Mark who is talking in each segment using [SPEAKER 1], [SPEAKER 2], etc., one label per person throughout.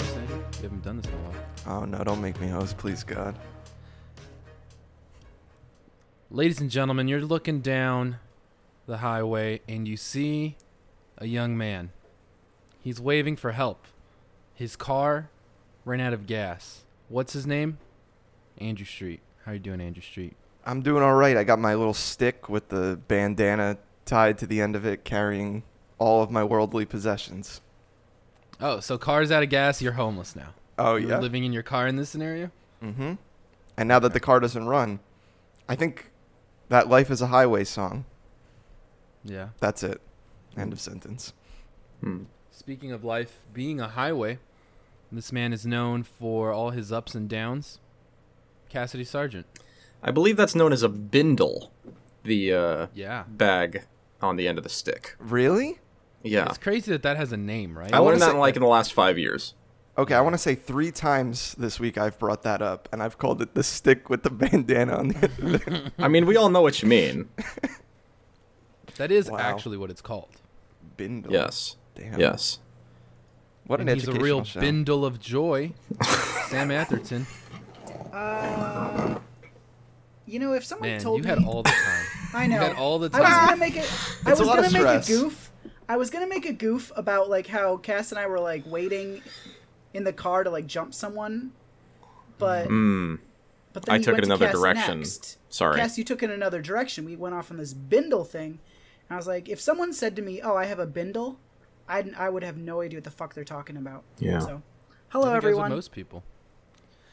[SPEAKER 1] We haven't done this in a while.
[SPEAKER 2] Oh no! Don't make me host, please, God.
[SPEAKER 1] Ladies and gentlemen, you're looking down the highway and you see a young man. He's waving for help. His car ran out of gas. What's his name? Andrew Street. How you doing, Andrew Street?
[SPEAKER 2] I'm doing all right. I got my little stick with the bandana tied to the end of it, carrying all of my worldly possessions.
[SPEAKER 1] Oh, so car's out of gas. You're homeless now.
[SPEAKER 2] Oh
[SPEAKER 1] You're
[SPEAKER 2] yeah.
[SPEAKER 1] living in your car in this scenario.
[SPEAKER 2] mm-hmm. And now that the car doesn't run, I think that "Life Is a Highway" song.
[SPEAKER 1] Yeah.
[SPEAKER 2] That's it. End of sentence.
[SPEAKER 3] Hmm.
[SPEAKER 1] Speaking of life being a highway, this man is known for all his ups and downs. Cassidy Sargent.
[SPEAKER 3] I believe that's known as a bindle, the uh,
[SPEAKER 1] Yeah.
[SPEAKER 3] bag on the end of the stick.
[SPEAKER 2] Really?
[SPEAKER 3] Yeah,
[SPEAKER 1] It's crazy that that has a name, right?
[SPEAKER 3] I learned
[SPEAKER 2] wanna
[SPEAKER 3] that
[SPEAKER 2] say-
[SPEAKER 3] like in the last five years.
[SPEAKER 2] Okay, I want to say three times this week I've brought that up, and I've called it the stick with the bandana on the end. of it.
[SPEAKER 3] I mean, we all know what you mean.
[SPEAKER 1] that is
[SPEAKER 2] Wow.
[SPEAKER 1] actually what it's called.
[SPEAKER 2] Bindle.
[SPEAKER 3] Yes.
[SPEAKER 2] Damn.
[SPEAKER 3] Yes.
[SPEAKER 2] What
[SPEAKER 1] And
[SPEAKER 2] an
[SPEAKER 1] he's a
[SPEAKER 2] educational
[SPEAKER 1] real
[SPEAKER 2] show.
[SPEAKER 1] bindle of joy. Sam Atherton.
[SPEAKER 4] Uh, you know, if someone
[SPEAKER 1] Man,
[SPEAKER 4] told
[SPEAKER 1] you
[SPEAKER 4] me,
[SPEAKER 1] had all the time.
[SPEAKER 4] I know,
[SPEAKER 1] You had all the
[SPEAKER 4] I was
[SPEAKER 1] time.
[SPEAKER 4] gonna make it. I
[SPEAKER 2] It's
[SPEAKER 4] was
[SPEAKER 2] a lot
[SPEAKER 4] gonna
[SPEAKER 2] of
[SPEAKER 4] make a
[SPEAKER 2] stress.
[SPEAKER 4] goof. I was gonna make a goof about like how Cass and I were like waiting in the car to like jump someone, but
[SPEAKER 3] Mm.
[SPEAKER 4] but then
[SPEAKER 3] I
[SPEAKER 4] you
[SPEAKER 3] took
[SPEAKER 4] went
[SPEAKER 3] it
[SPEAKER 4] to
[SPEAKER 3] another
[SPEAKER 4] Cass
[SPEAKER 3] direction.
[SPEAKER 4] Next.
[SPEAKER 3] Sorry.
[SPEAKER 4] Cass, you took it another direction. We went off on this bindle thing, and I was like, if someone said to me, "Oh, I have a bindle," I'd, I would have no idea what the fuck they're talking about.
[SPEAKER 3] Yeah.
[SPEAKER 4] So,
[SPEAKER 1] I
[SPEAKER 4] hello
[SPEAKER 1] think that's what
[SPEAKER 4] everyone.
[SPEAKER 1] Most people.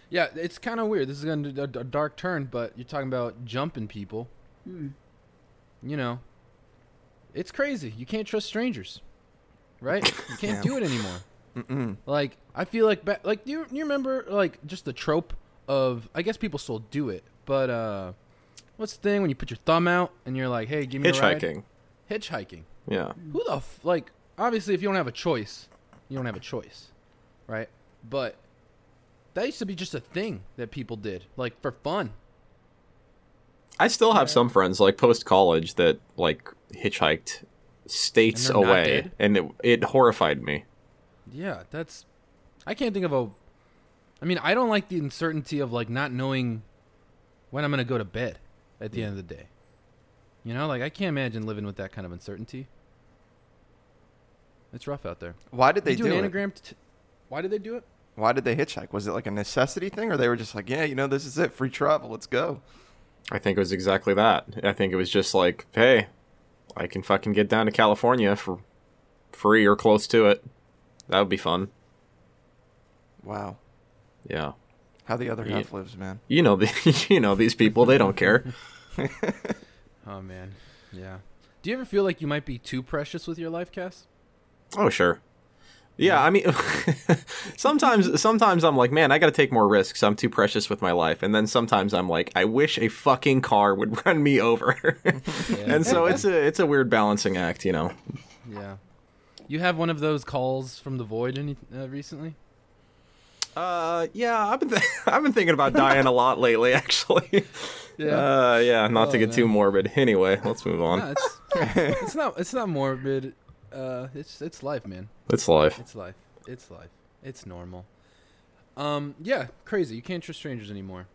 [SPEAKER 1] Yeah, it's kind of weird. This is going to a, a dark turn, but you're talking about jumping people.
[SPEAKER 4] Hmm.
[SPEAKER 1] You know, it's crazy. You can't trust strangers, right? You can't do it anymore.
[SPEAKER 2] Mm-mm.
[SPEAKER 1] Like I feel like ba- like do you, you remember like just the trope of I guess people still do it, but uh, what's the thing when you put your thumb out and you're like, hey, give me a ride?
[SPEAKER 3] Hitchhiking.
[SPEAKER 1] Hitchhiking.
[SPEAKER 3] Yeah.
[SPEAKER 1] Who the f- like? Obviously, if you don't have a choice, you don't have a choice, right? But that used to be just a thing that people did, like for fun.
[SPEAKER 3] I still have some friends like post college that like hitchhiked states
[SPEAKER 1] And they're not
[SPEAKER 3] away,
[SPEAKER 1] dead?
[SPEAKER 3] and it, it horrified me.
[SPEAKER 1] Yeah, that's. I can't think of a. I mean, I don't like the uncertainty of like not knowing when I'm gonna go to bed at the end of the day. You know, like I can't imagine living with that kind of uncertainty. It's rough out there.
[SPEAKER 2] Why did they
[SPEAKER 1] do,
[SPEAKER 2] do,
[SPEAKER 1] an
[SPEAKER 2] it?
[SPEAKER 1] anagram. T- why did they do it?
[SPEAKER 2] Why did they hitchhike? Was it like a necessity thing, or they were just like, yeah, you know, this is it, free travel, let's go.
[SPEAKER 3] I think it was exactly that. I think it was just like, hey, I can fucking get down to California for free or close to it. That would be fun.
[SPEAKER 2] Wow,
[SPEAKER 3] Yeah.
[SPEAKER 2] how the other
[SPEAKER 3] Yeah.
[SPEAKER 2] half lives, man.
[SPEAKER 3] You know the you know these people, they don't care.
[SPEAKER 1] Oh man, yeah. Do you ever feel like you might be too precious with your life, Cass?
[SPEAKER 3] Oh sure. Yeah, I mean sometimes sometimes I'm like, man, I got to take more risks. I'm too precious with my life. And then sometimes I'm like, I wish a fucking car would run me over. and so it's a it's a weird balancing act, you know.
[SPEAKER 1] Yeah. You have one of those calls from the void any, uh, recently?
[SPEAKER 3] Uh yeah, I've been th- I've been thinking about dying a lot lately actually. Uh, yeah, not to
[SPEAKER 1] Oh,
[SPEAKER 3] get
[SPEAKER 1] man.
[SPEAKER 3] too morbid. Anyway, let's move on.
[SPEAKER 1] no, it's, it's not. It's not morbid. Uh, it's it's life, man.
[SPEAKER 3] It's life.
[SPEAKER 1] It's life. It's life. It's normal. Um, yeah, crazy. You can't trust strangers anymore.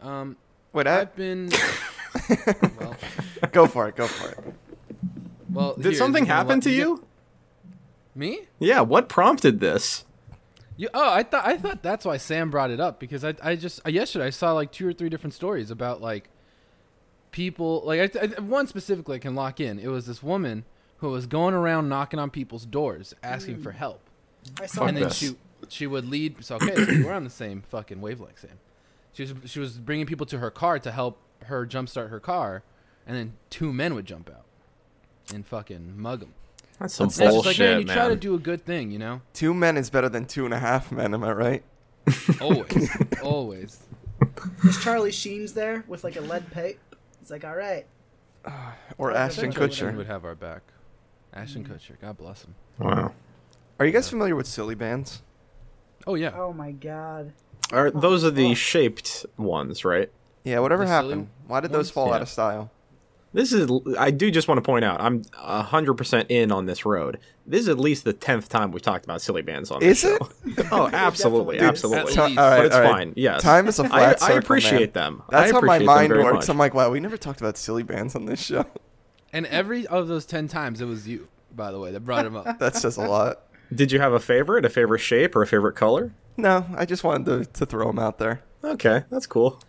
[SPEAKER 1] Um,
[SPEAKER 2] Wait,
[SPEAKER 3] Uh,
[SPEAKER 2] I,
[SPEAKER 1] I've been. well,
[SPEAKER 2] go for it, go for it.
[SPEAKER 1] well.
[SPEAKER 3] Did something happen to you?
[SPEAKER 1] Me?
[SPEAKER 3] Yeah, what prompted this?
[SPEAKER 1] You, oh, I thought I thought that's why Sam brought it up because I I just uh, yesterday I saw like two or three different stories about like people like I, I, one specifically I can lock in. It was this woman who was going around knocking on people's doors asking for help,
[SPEAKER 4] I saw
[SPEAKER 1] and
[SPEAKER 4] that.
[SPEAKER 1] then
[SPEAKER 3] this.
[SPEAKER 1] she she would lead. So okay, so we're on the same fucking wavelength, Sam. She was she was bringing people to her car to help her jumpstart her car, and then two men would jump out and fucking mug them.
[SPEAKER 3] That's some
[SPEAKER 1] And it's
[SPEAKER 3] bullshit,
[SPEAKER 1] just like, man, you
[SPEAKER 3] man.
[SPEAKER 1] try to do a good thing, you know.
[SPEAKER 2] Two men is better than two and a half men, am I right?
[SPEAKER 1] Always, always.
[SPEAKER 4] There's Charlie Sheen's there with like a lead pipe. It's like, all right.
[SPEAKER 2] Or
[SPEAKER 4] I
[SPEAKER 2] Ashton
[SPEAKER 4] think I would-
[SPEAKER 1] Ashton
[SPEAKER 2] Kutcher.
[SPEAKER 1] would have our back. Ashton
[SPEAKER 4] Mm.
[SPEAKER 1] Kutcher, God bless him.
[SPEAKER 3] wow.
[SPEAKER 2] Are you guys familiar with silly bands?
[SPEAKER 1] Oh yeah,
[SPEAKER 4] Oh my god.
[SPEAKER 3] Are those are the shaped ones, right?
[SPEAKER 2] Yeah, whatever
[SPEAKER 1] The silly
[SPEAKER 2] happened? Why did those
[SPEAKER 1] ones?
[SPEAKER 2] fall
[SPEAKER 3] Yeah.
[SPEAKER 2] out of style?
[SPEAKER 3] This is. I do just want to point out. I'm hundred percent in on this road. This is at least the tenth time we've talked about silly bands on
[SPEAKER 2] Is
[SPEAKER 3] this
[SPEAKER 2] it?
[SPEAKER 3] show. Oh, absolutely,
[SPEAKER 4] Dude,
[SPEAKER 3] absolutely.
[SPEAKER 1] Ti- all right,
[SPEAKER 3] but it's
[SPEAKER 2] all right.
[SPEAKER 3] fine. Yes.
[SPEAKER 2] Time is a
[SPEAKER 3] I,
[SPEAKER 2] flat
[SPEAKER 3] I
[SPEAKER 2] circle,
[SPEAKER 3] appreciate
[SPEAKER 2] man.
[SPEAKER 3] them.
[SPEAKER 2] That's
[SPEAKER 3] I
[SPEAKER 2] how my
[SPEAKER 3] appreciate them
[SPEAKER 2] mind
[SPEAKER 3] very
[SPEAKER 2] works.
[SPEAKER 3] much.
[SPEAKER 2] I'm like, wow, we never talked about silly bands on this show.
[SPEAKER 1] And every of those ten times, it was you, by the way, that brought him up.
[SPEAKER 2] That says a lot.
[SPEAKER 3] Did you have a favorite, a favorite shape, or a favorite color?
[SPEAKER 2] No, I just wanted to, to throw them out there.
[SPEAKER 3] Okay, that's cool.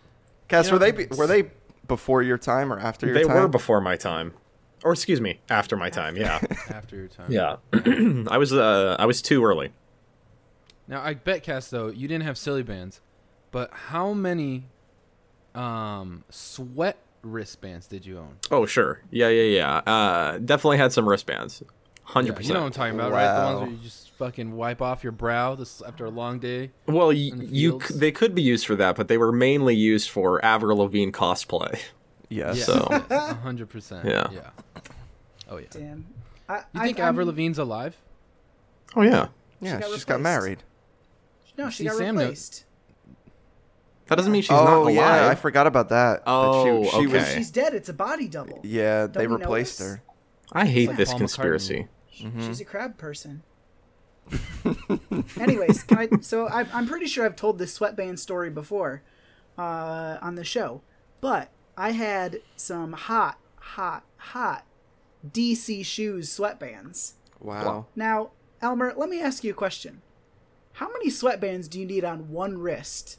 [SPEAKER 2] Cass,
[SPEAKER 1] You
[SPEAKER 2] were
[SPEAKER 1] know,
[SPEAKER 2] they be- were they before your time or after your
[SPEAKER 3] They
[SPEAKER 2] time?
[SPEAKER 3] were before my time, or excuse me, after my time. Yeah,
[SPEAKER 1] After your time.
[SPEAKER 3] yeah. I was uh, I was too early.
[SPEAKER 1] Now I bet, Cass, though you didn't have silly bands, but how many um, sweat wristbands did you own?
[SPEAKER 3] Oh sure, yeah, yeah, yeah. Uh, definitely had some wristbands. Hundred
[SPEAKER 1] Yeah, you know what I'm
[SPEAKER 3] percent.
[SPEAKER 1] talking about, right? The ones
[SPEAKER 2] Wow.
[SPEAKER 1] where you just fucking wipe off your brow this after a long day.
[SPEAKER 3] Well, y-
[SPEAKER 1] the
[SPEAKER 3] you
[SPEAKER 1] fields.
[SPEAKER 3] c- they could be used for that, but they were mainly used for Avril Lavigne cosplay.
[SPEAKER 2] Yes.
[SPEAKER 1] Yeah,
[SPEAKER 3] So-
[SPEAKER 1] a hundred percent.
[SPEAKER 3] Yeah.
[SPEAKER 1] Yeah. Oh yeah.
[SPEAKER 4] Damn. I,
[SPEAKER 1] You
[SPEAKER 4] I-
[SPEAKER 1] think
[SPEAKER 4] I'm-
[SPEAKER 1] Avril Lavigne's alive?
[SPEAKER 3] Oh yeah,
[SPEAKER 2] yeah,
[SPEAKER 4] She got
[SPEAKER 2] she just got
[SPEAKER 4] replaced.
[SPEAKER 2] married.
[SPEAKER 4] No, she
[SPEAKER 1] See,
[SPEAKER 4] got
[SPEAKER 1] Sam knows-
[SPEAKER 4] replaced.
[SPEAKER 3] that doesn't mean she's not
[SPEAKER 2] oh
[SPEAKER 3] alive.
[SPEAKER 2] yeah, I forgot about that. That
[SPEAKER 3] Oh,
[SPEAKER 2] she, she
[SPEAKER 3] okay.
[SPEAKER 2] was
[SPEAKER 4] She's dead. It's a body double.
[SPEAKER 2] Yeah, they
[SPEAKER 4] we know
[SPEAKER 2] replaced
[SPEAKER 4] this?
[SPEAKER 2] her. Mm-hmm.
[SPEAKER 3] I hate
[SPEAKER 1] like
[SPEAKER 3] this
[SPEAKER 1] Paul McCartney.
[SPEAKER 3] conspiracy.
[SPEAKER 4] Sh- She's a crab person. Anyways, can I, so I, I'm pretty sure I've told this sweatband story before uh, on the show, but I had some hot, hot, hot DC shoes sweatbands.
[SPEAKER 2] Wow.
[SPEAKER 4] Now, Elmer, let me ask you a question. How many sweatbands do you need on one wrist?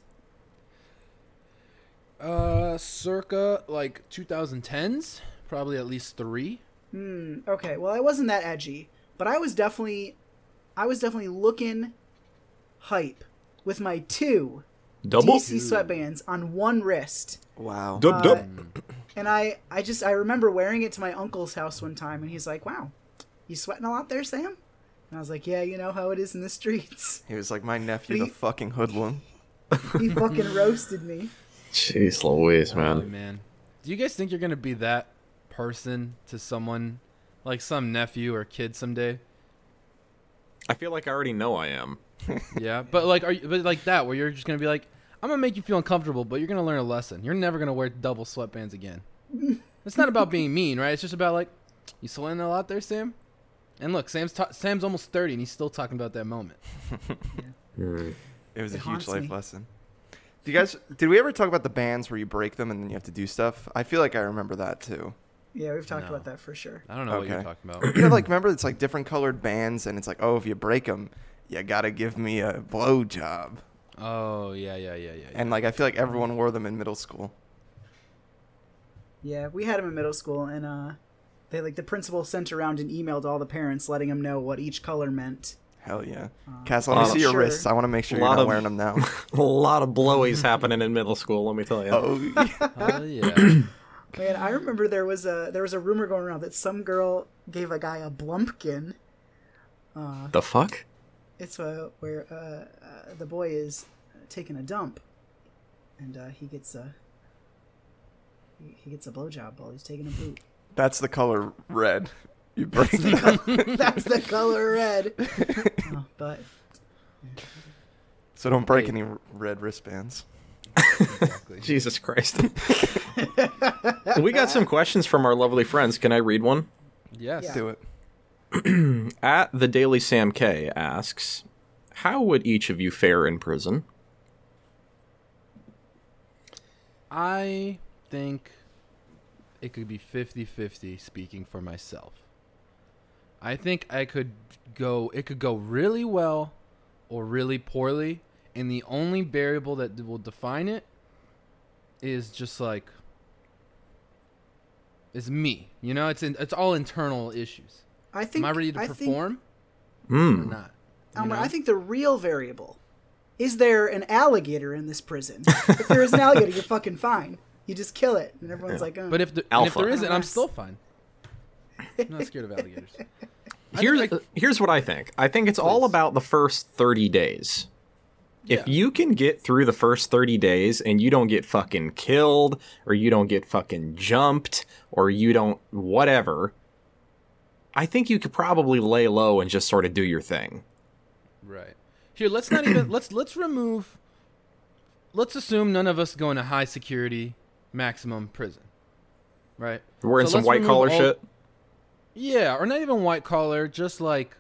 [SPEAKER 1] Uh, circa like 2010s, probably at least three.
[SPEAKER 4] Okay, well, I wasn't that edgy, but I was definitely, I was definitely looking hype with my two
[SPEAKER 3] Double.
[SPEAKER 4] DC sweatbands on one wrist.
[SPEAKER 2] Wow.
[SPEAKER 3] Dub dub.
[SPEAKER 4] And I, I just I remember wearing it to my uncle's house one time, and he's like, "Wow, you sweating a lot there, Sam?" And I was like, "Yeah, you know how it is in the streets."
[SPEAKER 2] He was like my nephew,
[SPEAKER 4] He-
[SPEAKER 2] the fucking hoodlum.
[SPEAKER 4] He fucking roasted me.
[SPEAKER 3] Jeez Louise,
[SPEAKER 1] Oh,
[SPEAKER 3] man.
[SPEAKER 1] man. Do you guys think you're gonna be that person to someone, like some nephew or kid someday?
[SPEAKER 3] I feel like I already know I am.
[SPEAKER 1] Yeah, but like, are you, but like that where you're just gonna be like, I'm gonna make you feel uncomfortable, but you're gonna learn a lesson. You're never gonna wear double sweatbands again. it's not about being mean, right? It's just about like, you sweating a lot there, Sam. And look, Sam's ta- Sam's almost thirty, and he's still talking about that moment.
[SPEAKER 3] Hmm.
[SPEAKER 2] It was
[SPEAKER 4] It
[SPEAKER 2] a huge
[SPEAKER 4] haunts
[SPEAKER 2] life
[SPEAKER 4] me.
[SPEAKER 2] lesson. Do you guys? Did we ever talk about the bands where you break them and then you have to do stuff? I feel like I remember that too.
[SPEAKER 4] Yeah, we've talked
[SPEAKER 1] No.
[SPEAKER 4] about that for sure.
[SPEAKER 1] I don't know what you're
[SPEAKER 2] Okay.
[SPEAKER 1] talking about.
[SPEAKER 2] You know, like remember it's like different colored bands, and it's like, oh, if you break them, you gotta give me a blow job.
[SPEAKER 1] Oh yeah, yeah, yeah, yeah. yeah.
[SPEAKER 2] And like I feel like everyone wore them in middle school.
[SPEAKER 4] Yeah, we had him in middle school, and uh, they like the principal sent around an email to all the parents letting them know what each color meant.
[SPEAKER 2] Hell yeah, Cass, let me
[SPEAKER 3] lot of-
[SPEAKER 2] see your
[SPEAKER 4] Sure.
[SPEAKER 2] wrists. I want to make sure you're
[SPEAKER 3] Lot
[SPEAKER 2] not
[SPEAKER 3] of-
[SPEAKER 2] wearing them now.
[SPEAKER 3] A lot of blowies happening in middle school. Let me tell you.
[SPEAKER 2] oh, yeah.
[SPEAKER 1] oh yeah.
[SPEAKER 4] Man, I remember there was a there was a rumor going around that some girl gave a guy a blumpkin.
[SPEAKER 3] Oh, The fuck?
[SPEAKER 4] It's uh, where uh, uh, the boy is taking a dump, and uh, he gets a he- he gets a blowjob while he's taking a poop.
[SPEAKER 2] that's the color red. You break them.
[SPEAKER 4] That's the color red. Oh, but
[SPEAKER 2] so don't break
[SPEAKER 1] Hey.
[SPEAKER 2] any r- red wristbands.
[SPEAKER 1] Exactly.
[SPEAKER 3] Jesus Christ. we got some questions from our lovely friends. Can I read one?
[SPEAKER 1] Yes.
[SPEAKER 4] Yeah.
[SPEAKER 2] Do it.
[SPEAKER 3] At the Daily Sam K asks, "How would each of you fare in prison?"
[SPEAKER 1] I think it could be 50-50 speaking for myself. I think I could go it could go really well or really poorly and the only variable that will define it is just like is me. You know, it's in, it's all internal issues.
[SPEAKER 4] I
[SPEAKER 1] Am
[SPEAKER 4] think
[SPEAKER 1] I ready to
[SPEAKER 4] I think-
[SPEAKER 1] perform
[SPEAKER 3] Hmm.
[SPEAKER 1] or not? You
[SPEAKER 4] Elmer,
[SPEAKER 1] know?
[SPEAKER 4] I think the real variable is there an alligator in this prison. if there is an alligator, you're fucking fine. You just kill it, and everyone's like, oh.
[SPEAKER 1] But if, the, and if
[SPEAKER 3] Alpha.
[SPEAKER 1] there isn't, I'm
[SPEAKER 4] Unless-
[SPEAKER 1] still fine. I'm not scared of alligators. I
[SPEAKER 3] Here's
[SPEAKER 1] think I-
[SPEAKER 3] uh, here's what I think. I think it's all
[SPEAKER 1] Please.
[SPEAKER 3] about the first 30 days. If
[SPEAKER 1] Yeah.
[SPEAKER 3] you can get through the first 30 days and you don't get fucking killed or you don't get fucking jumped or you don't whatever, I think you could probably lay low and just sort of do your thing.
[SPEAKER 1] Right. Here, let's not even let's let's remove let's assume none of us go into high security maximum prison. right?
[SPEAKER 3] Wearing
[SPEAKER 1] So
[SPEAKER 3] some
[SPEAKER 1] let's
[SPEAKER 3] white
[SPEAKER 1] remove
[SPEAKER 3] collar
[SPEAKER 1] all-
[SPEAKER 3] shit.
[SPEAKER 1] Yeah, or not even white collar, just like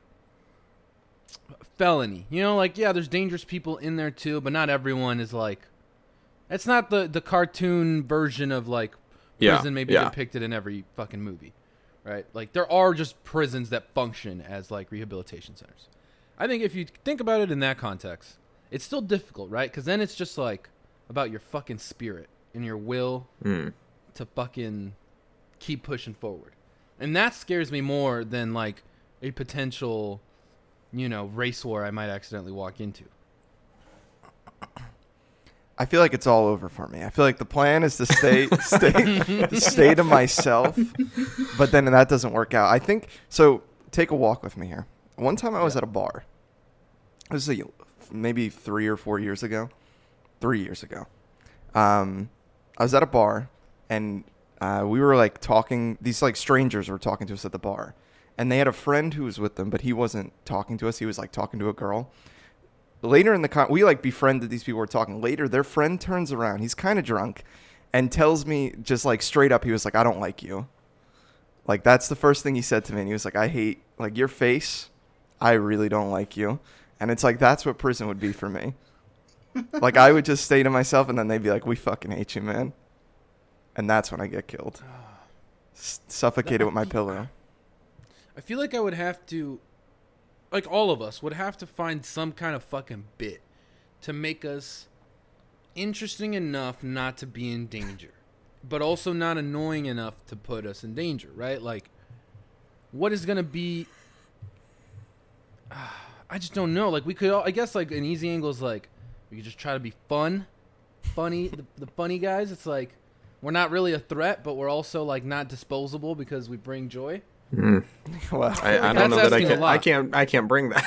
[SPEAKER 1] felony. You know, like yeah, there's dangerous people in there too, but not everyone is like. It's not the the cartoon version of like
[SPEAKER 3] Yeah,
[SPEAKER 1] prison maybe
[SPEAKER 3] yeah.
[SPEAKER 1] depicted in every fucking movie, right? Like there are just prisons that function as like rehabilitation centers. I think if you think about it in that context, it's still difficult, right? Because then it's just like about your fucking spirit and your will
[SPEAKER 3] Hmm.
[SPEAKER 1] to fucking keep pushing forward. And that scares me more than like a potential, you know, race war I might accidentally walk into.
[SPEAKER 2] I feel like it's all over for me. I feel like the plan is to stay stay stay to myself, but then that doesn't work out. I think so. Take a walk with me here. One time I was at a bar. This is a, maybe three or four years ago. Three years ago, um, I was at a bar, and uh, we were like talking. These like strangers were talking to us at the bar, and they had a friend who was with them, but he wasn't talking to us. He was like talking to a girl later in the con we like befriended these people we're talking later their friend turns around he's kind of drunk and tells me just like straight up he was like i don't like you like that's the first thing he said to me and he was like i hate like your face i really don't like you and it's like that's what prison would be for me like i would just stay to myself and then they'd be like we fucking hate you man and that's when i get killed S- suffocated with my pillow
[SPEAKER 1] I feel like I would have to, like all of us, would have to find some kind of fucking bit to make us interesting enough not to be in danger, but also not annoying enough to put us in danger, right? Like, what is going to be. I just don't know. Like, we could, all, I guess, like, an easy angle is like, we could just try to be fun, funny, the, the funny guys. It's like, we're not really a threat, but we're also, like, not disposable because we bring joy.
[SPEAKER 2] well
[SPEAKER 3] I, I
[SPEAKER 1] like
[SPEAKER 3] don't know
[SPEAKER 1] that's
[SPEAKER 3] that I
[SPEAKER 1] asking a
[SPEAKER 3] can. I
[SPEAKER 1] lot.
[SPEAKER 3] can't. I can't bring that.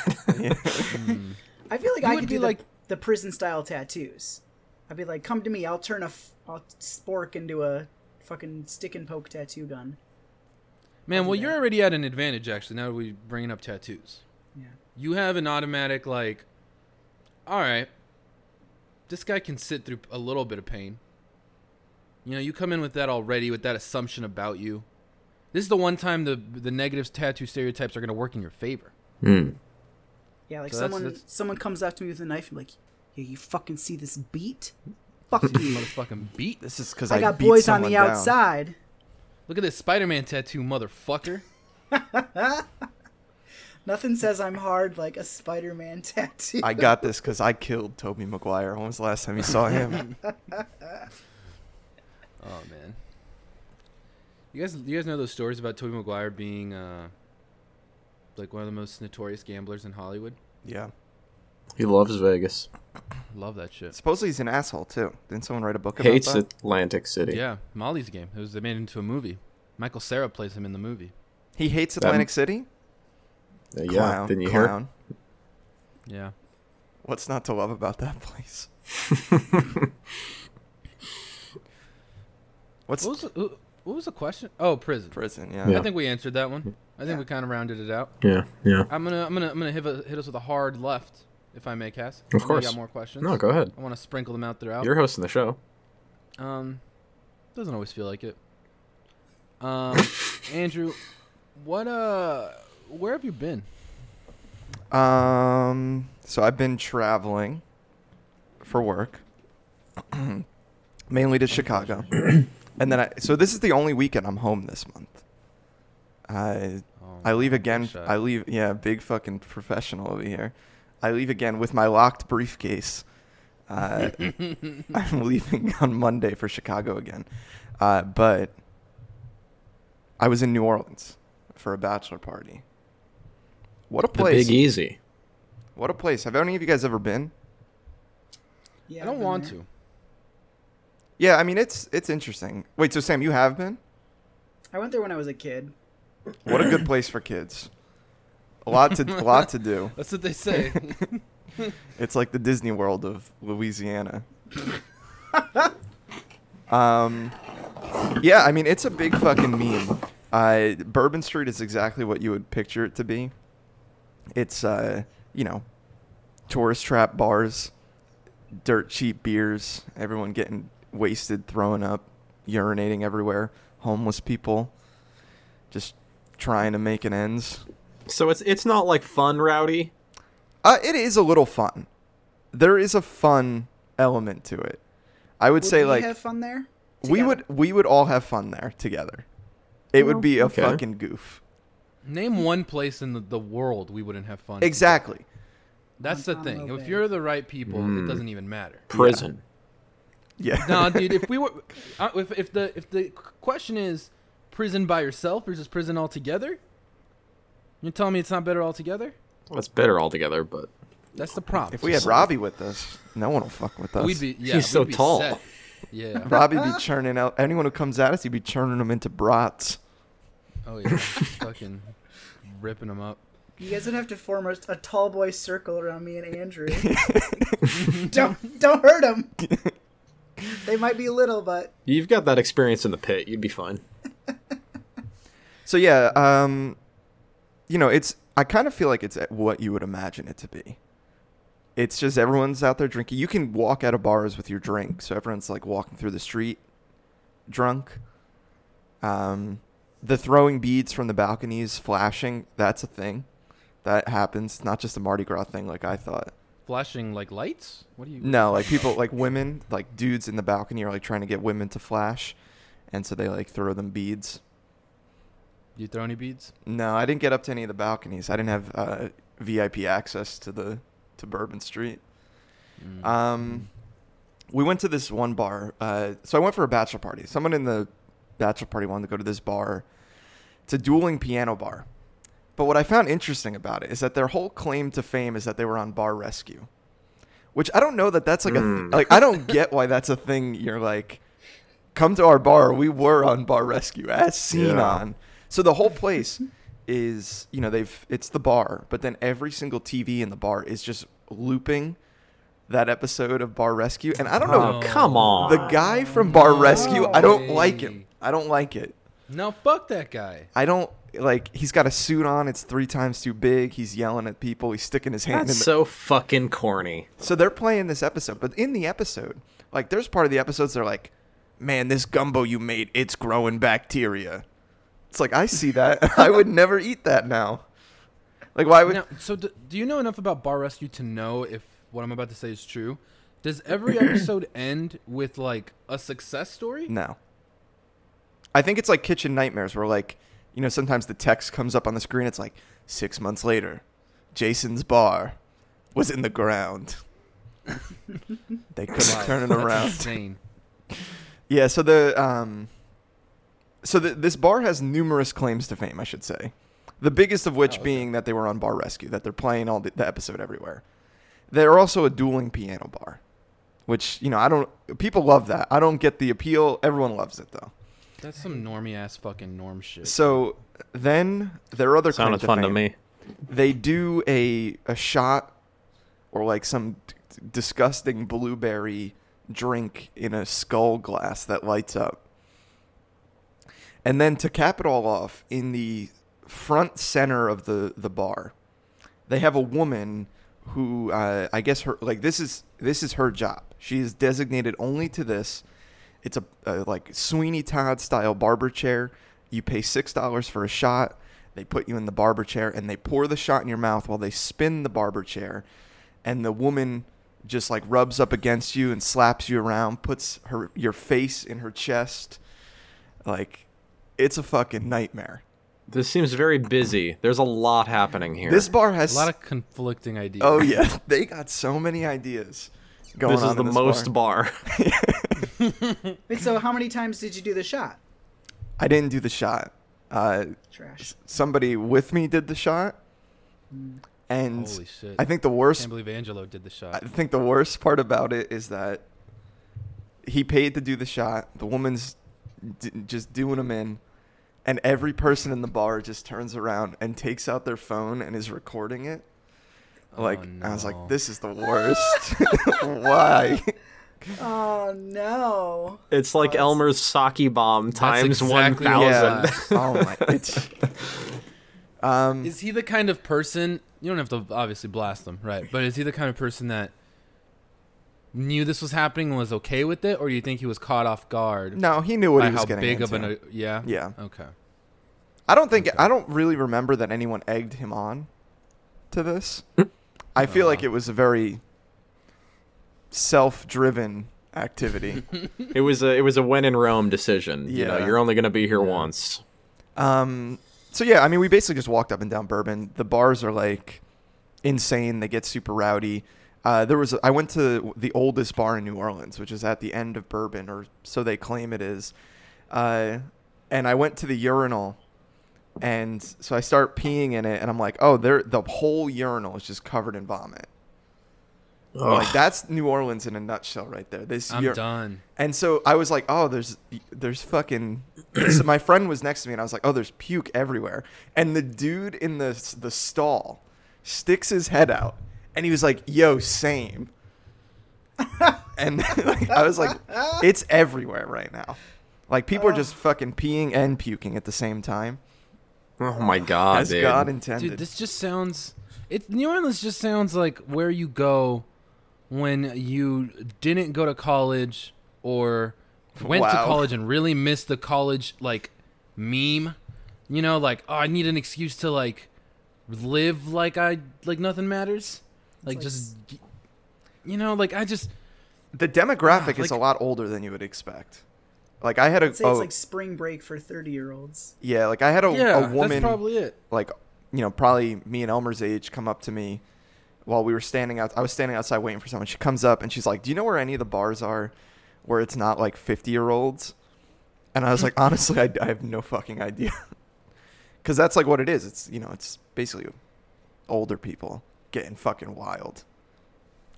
[SPEAKER 4] I feel like
[SPEAKER 1] You
[SPEAKER 4] I
[SPEAKER 1] would
[SPEAKER 4] could
[SPEAKER 1] be
[SPEAKER 4] do
[SPEAKER 1] like-
[SPEAKER 4] like the, the prison style tattoos. I'd be like, come to me. I'll turn a f- I'll spork into a fucking stick and poke tattoo gun.
[SPEAKER 1] Man, well, you're already at an advantage, actually, now that we're bringing up tattoos.
[SPEAKER 4] Yeah.
[SPEAKER 1] You have an automatic, like, all right, this guy can sit through a little bit of pain. You know, you come in with that already, with that assumption about you. This is the one time the the negative tattoo stereotypes are going to work in your favor.
[SPEAKER 4] Yeah, like
[SPEAKER 1] So that's-
[SPEAKER 4] someone
[SPEAKER 1] that's-
[SPEAKER 4] someone comes up to me with a knife and like, yeah, you fucking see this beat? Fuck you.
[SPEAKER 1] Motherfucking beat.
[SPEAKER 2] this is because
[SPEAKER 4] I
[SPEAKER 2] I,
[SPEAKER 4] got
[SPEAKER 2] beat
[SPEAKER 4] boys on the
[SPEAKER 2] someone down.
[SPEAKER 4] outside.
[SPEAKER 1] Look at this Spider Man tattoo, motherfucker.
[SPEAKER 4] Nothing says I'm hard like a Spider-Man tattoo.
[SPEAKER 2] I got this because I killed Toby Maguire. When was the last time you saw him?
[SPEAKER 1] Oh man. You guys, you guys know those stories about Tobey Maguire being uh, like one of the most notorious gamblers in Hollywood.
[SPEAKER 2] yeah.
[SPEAKER 3] he loves Vegas.
[SPEAKER 1] Love that shit.
[SPEAKER 2] Supposedly he's an asshole too. Didn't someone write a book about
[SPEAKER 3] Hates
[SPEAKER 2] that?
[SPEAKER 3] Atlantic City.
[SPEAKER 1] Yeah, Molly's game. It was they made it into a movie. Michael Sarah plays him in the movie.
[SPEAKER 2] He hates Atlantic City.
[SPEAKER 3] Uh, yeah.
[SPEAKER 2] Clown.
[SPEAKER 3] Didn't you
[SPEAKER 2] clown.
[SPEAKER 1] Yeah.
[SPEAKER 2] What's not to love about that place? What's
[SPEAKER 1] What was the, who- what was the question? Oh, prison.
[SPEAKER 2] prison? Yeah.
[SPEAKER 1] I think we answered that one. I think we kind of rounded it out.
[SPEAKER 3] hear? Yeah. Yeah.
[SPEAKER 1] I'm gonna I'm gonna I'm gonna hit, a, hit us with a hard left, if I may, Cass. I know you
[SPEAKER 3] course.
[SPEAKER 1] got more questions.
[SPEAKER 3] No, go ahead.
[SPEAKER 1] I want to sprinkle them out
[SPEAKER 2] Oh.
[SPEAKER 1] throughout.
[SPEAKER 3] You're hosting the show.
[SPEAKER 1] Um, doesn't always feel like it. Um, Andrew, what uh, where have you been?
[SPEAKER 2] Um. So I've been traveling for work, mainly to Chicago, and then I. So this is the only weekend I'm home this month. I
[SPEAKER 1] Oh,
[SPEAKER 2] I leave again.
[SPEAKER 1] shot.
[SPEAKER 2] I leave. Yeah, big fucking professional over here. I leave again with my locked briefcase. Uh, I'm leaving on Monday for Chicago again, uh, but I was in New Orleans for a bachelor party. What a
[SPEAKER 3] The
[SPEAKER 2] place!
[SPEAKER 3] Big E- Easy.
[SPEAKER 2] What a place! Have any of you guys ever been?
[SPEAKER 4] yeah,
[SPEAKER 1] I don't
[SPEAKER 4] I've been
[SPEAKER 1] want
[SPEAKER 4] there.
[SPEAKER 1] to.
[SPEAKER 2] Yeah, I mean it's it's interesting. Wait, so Sam, you have been?
[SPEAKER 4] I went there when I was a kid.
[SPEAKER 2] What a good place for kids. A lot to a lot to do.
[SPEAKER 1] That's what they say.
[SPEAKER 2] It's like the Disney World of Louisiana. um, yeah, I mean, it's a big fucking meme. Uh, Bourbon Street is exactly what you would picture it to be. It's, uh, you know, tourist trap bars, dirt cheap beers, everyone getting wasted, throwing up, urinating everywhere, homeless people, just trying to make an ends.
[SPEAKER 3] So it's it's not like fun rowdy.
[SPEAKER 2] Uh, it is a little fun. There is a fun element to it. I would,
[SPEAKER 4] Would
[SPEAKER 2] say
[SPEAKER 4] we
[SPEAKER 2] like
[SPEAKER 4] have fun there.
[SPEAKER 2] we
[SPEAKER 4] together?
[SPEAKER 2] would we would all have fun there together. It would be a
[SPEAKER 3] Okay.
[SPEAKER 2] fucking goof.
[SPEAKER 1] Name one place in the, the world we wouldn't have fun.
[SPEAKER 2] Exactly.
[SPEAKER 1] That's the thing.
[SPEAKER 4] Guantanamo
[SPEAKER 1] If
[SPEAKER 4] Bay.
[SPEAKER 1] you're the right people,
[SPEAKER 2] Hmm.
[SPEAKER 1] it doesn't even matter.
[SPEAKER 3] Prison.
[SPEAKER 2] Yeah.
[SPEAKER 1] no, dude. If we were, uh, if, if the if the question is prison by yourself versus prison altogether, you're telling me it's not better altogether.
[SPEAKER 3] That's better altogether, but
[SPEAKER 1] That's the problem.
[SPEAKER 2] if we had Robbie with us, no one will fuck with us.
[SPEAKER 1] we'd be yeah, we'd
[SPEAKER 3] He's so
[SPEAKER 1] be
[SPEAKER 3] tall.
[SPEAKER 1] set. Yeah.
[SPEAKER 2] Robbie be churning out anyone who comes at us. He'd be churning them into brats.
[SPEAKER 1] Oh yeah. Fucking ripping them up.
[SPEAKER 4] You guys would have to form a, a tall boy circle around me and Andrew. don't don't hurt them. They might be little, but
[SPEAKER 3] you've got that experience in the pit. You'd be fine.
[SPEAKER 2] So yeah, um, you know, it's I kind of feel like it's what you would imagine it to be. It's just everyone's out there drinking. You can walk out of bars with your drink, so everyone's like walking through the street, drunk. Um, the throwing beads from the balconies, flashing—that's a thing. That happens. Not just a Mardi Gras thing, like I thought.
[SPEAKER 1] Flashing like lights. What do you?
[SPEAKER 2] No, like people, like women, like dudes in the balcony are like trying to get women to flash, and so they like throw them beads.
[SPEAKER 1] You throw any beads?
[SPEAKER 2] No, I didn't get up to any of the balconies. I didn't have uh, VIP access to the to Bourbon Street.
[SPEAKER 1] Mm.
[SPEAKER 2] Um, we went to this one bar. Uh, so I went for a bachelor party. Someone in the bachelor party wanted to go to this bar. It's a dueling piano bar. But what I found interesting about it is that their whole claim to fame is that they were on Bar Rescue, which I don't know that that's like a like I don't get why that's a thing. You're like, come to our bar. We were on Bar Rescue as seen
[SPEAKER 3] Yeah.
[SPEAKER 2] on. So the whole place is you know they've it's the bar, but then every single TV in the bar is just looping that episode of Bar Rescue, and I don't know
[SPEAKER 3] Oh, come on.
[SPEAKER 2] the guy from Bar Rescue. I don't
[SPEAKER 1] way.
[SPEAKER 2] like him. I don't like it.
[SPEAKER 1] No, fuck that guy.
[SPEAKER 2] I don't like. He's got a suit on. It's three times too big. He's yelling at people. He's sticking his hand.
[SPEAKER 3] That's
[SPEAKER 2] in the,
[SPEAKER 3] so fucking corny.
[SPEAKER 2] so they're playing this episode, but in the episode, like there's part of the episodes they're like, "Man, this gumbo you made, it's growing bacteria." It's like I see that. I would never eat that now. Like why would?
[SPEAKER 1] Now, so do, do you know enough about Bar Rescue to know if what I'm about to say is true? Does every episode end with like a success story?
[SPEAKER 2] No. I think it's like Kitchen Nightmares, where like, you know, sometimes the text comes up on the screen. It's like six months later, Jason's bar was in the ground. they couldn't
[SPEAKER 1] Wow,
[SPEAKER 2] turn it
[SPEAKER 1] that's
[SPEAKER 2] around.
[SPEAKER 1] Insane.
[SPEAKER 2] Yeah. So the um, so the, this bar has numerous claims to fame, I should say. The biggest of
[SPEAKER 1] Oh,
[SPEAKER 2] which being that they were on Bar Rescue, that they're playing all the, the episode everywhere. They're also a dueling piano bar, which you know I don't. People love that. I don't get the appeal. Everyone loves it though.
[SPEAKER 1] That's some normie ass fucking norm shit.
[SPEAKER 2] So then there are other claim
[SPEAKER 3] Sounded fun to
[SPEAKER 2] fame.
[SPEAKER 3] me.
[SPEAKER 2] They do a a shot or like some d- disgusting blueberry drink in a skull glass that lights up. And then to cap it all off, in the front center of the the bar, they have a woman who uh, I guess her like this is this is her job. She is designated only to this. It's a, a like Sweeney Todd style barber chair. You pay six dollars for a shot. They put you in the barber chair and they pour the shot in your mouth while they spin the barber chair, and the woman just like rubs up against you and slaps you around, puts her your face in her chest, like it's a fucking nightmare.
[SPEAKER 3] This seems very busy. There's a lot happening here.
[SPEAKER 2] This bar has
[SPEAKER 1] a lot of conflicting ideas.
[SPEAKER 2] Oh yeah, they got so many ideas going
[SPEAKER 3] This
[SPEAKER 2] on.
[SPEAKER 3] is the
[SPEAKER 2] in this
[SPEAKER 3] most
[SPEAKER 2] bar.
[SPEAKER 3] bar.
[SPEAKER 4] wait. So how many times did you do the shot?
[SPEAKER 2] I didn't do the shot. Uh,
[SPEAKER 4] Trash.
[SPEAKER 2] somebody with me did the shot,
[SPEAKER 3] Hmm.
[SPEAKER 2] and
[SPEAKER 1] Holy shit.
[SPEAKER 2] I think the
[SPEAKER 1] I
[SPEAKER 2] worst.
[SPEAKER 1] can't believe Angelo did the
[SPEAKER 2] I
[SPEAKER 1] shot.
[SPEAKER 2] think the worst part about it is that he paid to do the shot. The woman's d- just doing him in, and every person in the bar just turns around and takes out their phone and is recording it. Like I was
[SPEAKER 1] Oh, no.
[SPEAKER 2] like, this is the worst. Why?
[SPEAKER 4] Oh no.
[SPEAKER 3] It's like Elmer's sake bomb times
[SPEAKER 1] exactly what-
[SPEAKER 3] 1000.
[SPEAKER 1] Yeah.
[SPEAKER 2] oh my. It's, um,
[SPEAKER 1] Is he the kind of person? You don't have to obviously blast him, right? But is he the kind of person that knew this was happening and was okay with it, or do you think he was caught off guard
[SPEAKER 2] No, he knew what
[SPEAKER 1] by
[SPEAKER 2] he was
[SPEAKER 1] how
[SPEAKER 2] getting
[SPEAKER 1] big of
[SPEAKER 2] into.
[SPEAKER 1] an uh, yeah
[SPEAKER 2] Yeah.
[SPEAKER 1] okay
[SPEAKER 2] I don't think I don't really remember that anyone egged him on to this. I feel
[SPEAKER 1] Uh-huh.
[SPEAKER 2] like it was a very self-driven activity.
[SPEAKER 3] It was a it was a when in Rome decision. You know,
[SPEAKER 2] Yeah.
[SPEAKER 3] you're only gonna be here once.
[SPEAKER 2] um, so yeah, I mean, we basically just walked up and down Bourbon. The bars are like insane. They get super rowdy. Uh, there was I went to the oldest bar in New Orleans, which is at the end of Bourbon, or so they claim it is. Uh, and I went to the urinal, and so I start peeing in it, and I'm like, oh, there the whole urinal is just covered in vomit. Like that's New Orleans in a nutshell, right there. This
[SPEAKER 1] I'm
[SPEAKER 2] ur-
[SPEAKER 1] done.
[SPEAKER 2] and so I was like, oh, there's there's fucking. so my friend was next to me, and I was like, oh, there's puke everywhere. And the dude in the the stall sticks his head out, and he was like, yo, same. and like, I was like, it's everywhere right now. Like people are just fucking peeing and puking at the same time,
[SPEAKER 3] Oh my god,
[SPEAKER 2] as
[SPEAKER 3] dude.
[SPEAKER 2] God intended.
[SPEAKER 1] Dude, this just sounds. It New Orleans just sounds like where you go when you didn't go to college or went to
[SPEAKER 2] Wow.
[SPEAKER 1] college and really missed the college like meme. You know, like oh, I need an excuse to like live like I like nothing matters. Like
[SPEAKER 4] like
[SPEAKER 1] just you know, like I just
[SPEAKER 2] the demographic
[SPEAKER 1] like-
[SPEAKER 2] is a lot older than you would expect. Like I had a
[SPEAKER 4] I'd say
[SPEAKER 2] oh,
[SPEAKER 4] it's like spring break for 30 year olds.
[SPEAKER 2] yeah, like I had a,
[SPEAKER 1] yeah,
[SPEAKER 2] a woman
[SPEAKER 1] that's probably it.
[SPEAKER 2] like you know probably me and Elmer's age come up to me while we were standing out I was standing outside waiting for someone she comes up and she's like do you know where any of the bars are where it's not like 50 year olds and I was like honestly I, I have no fucking idea cuz that's like what it is it's you know it's basically older people getting fucking wild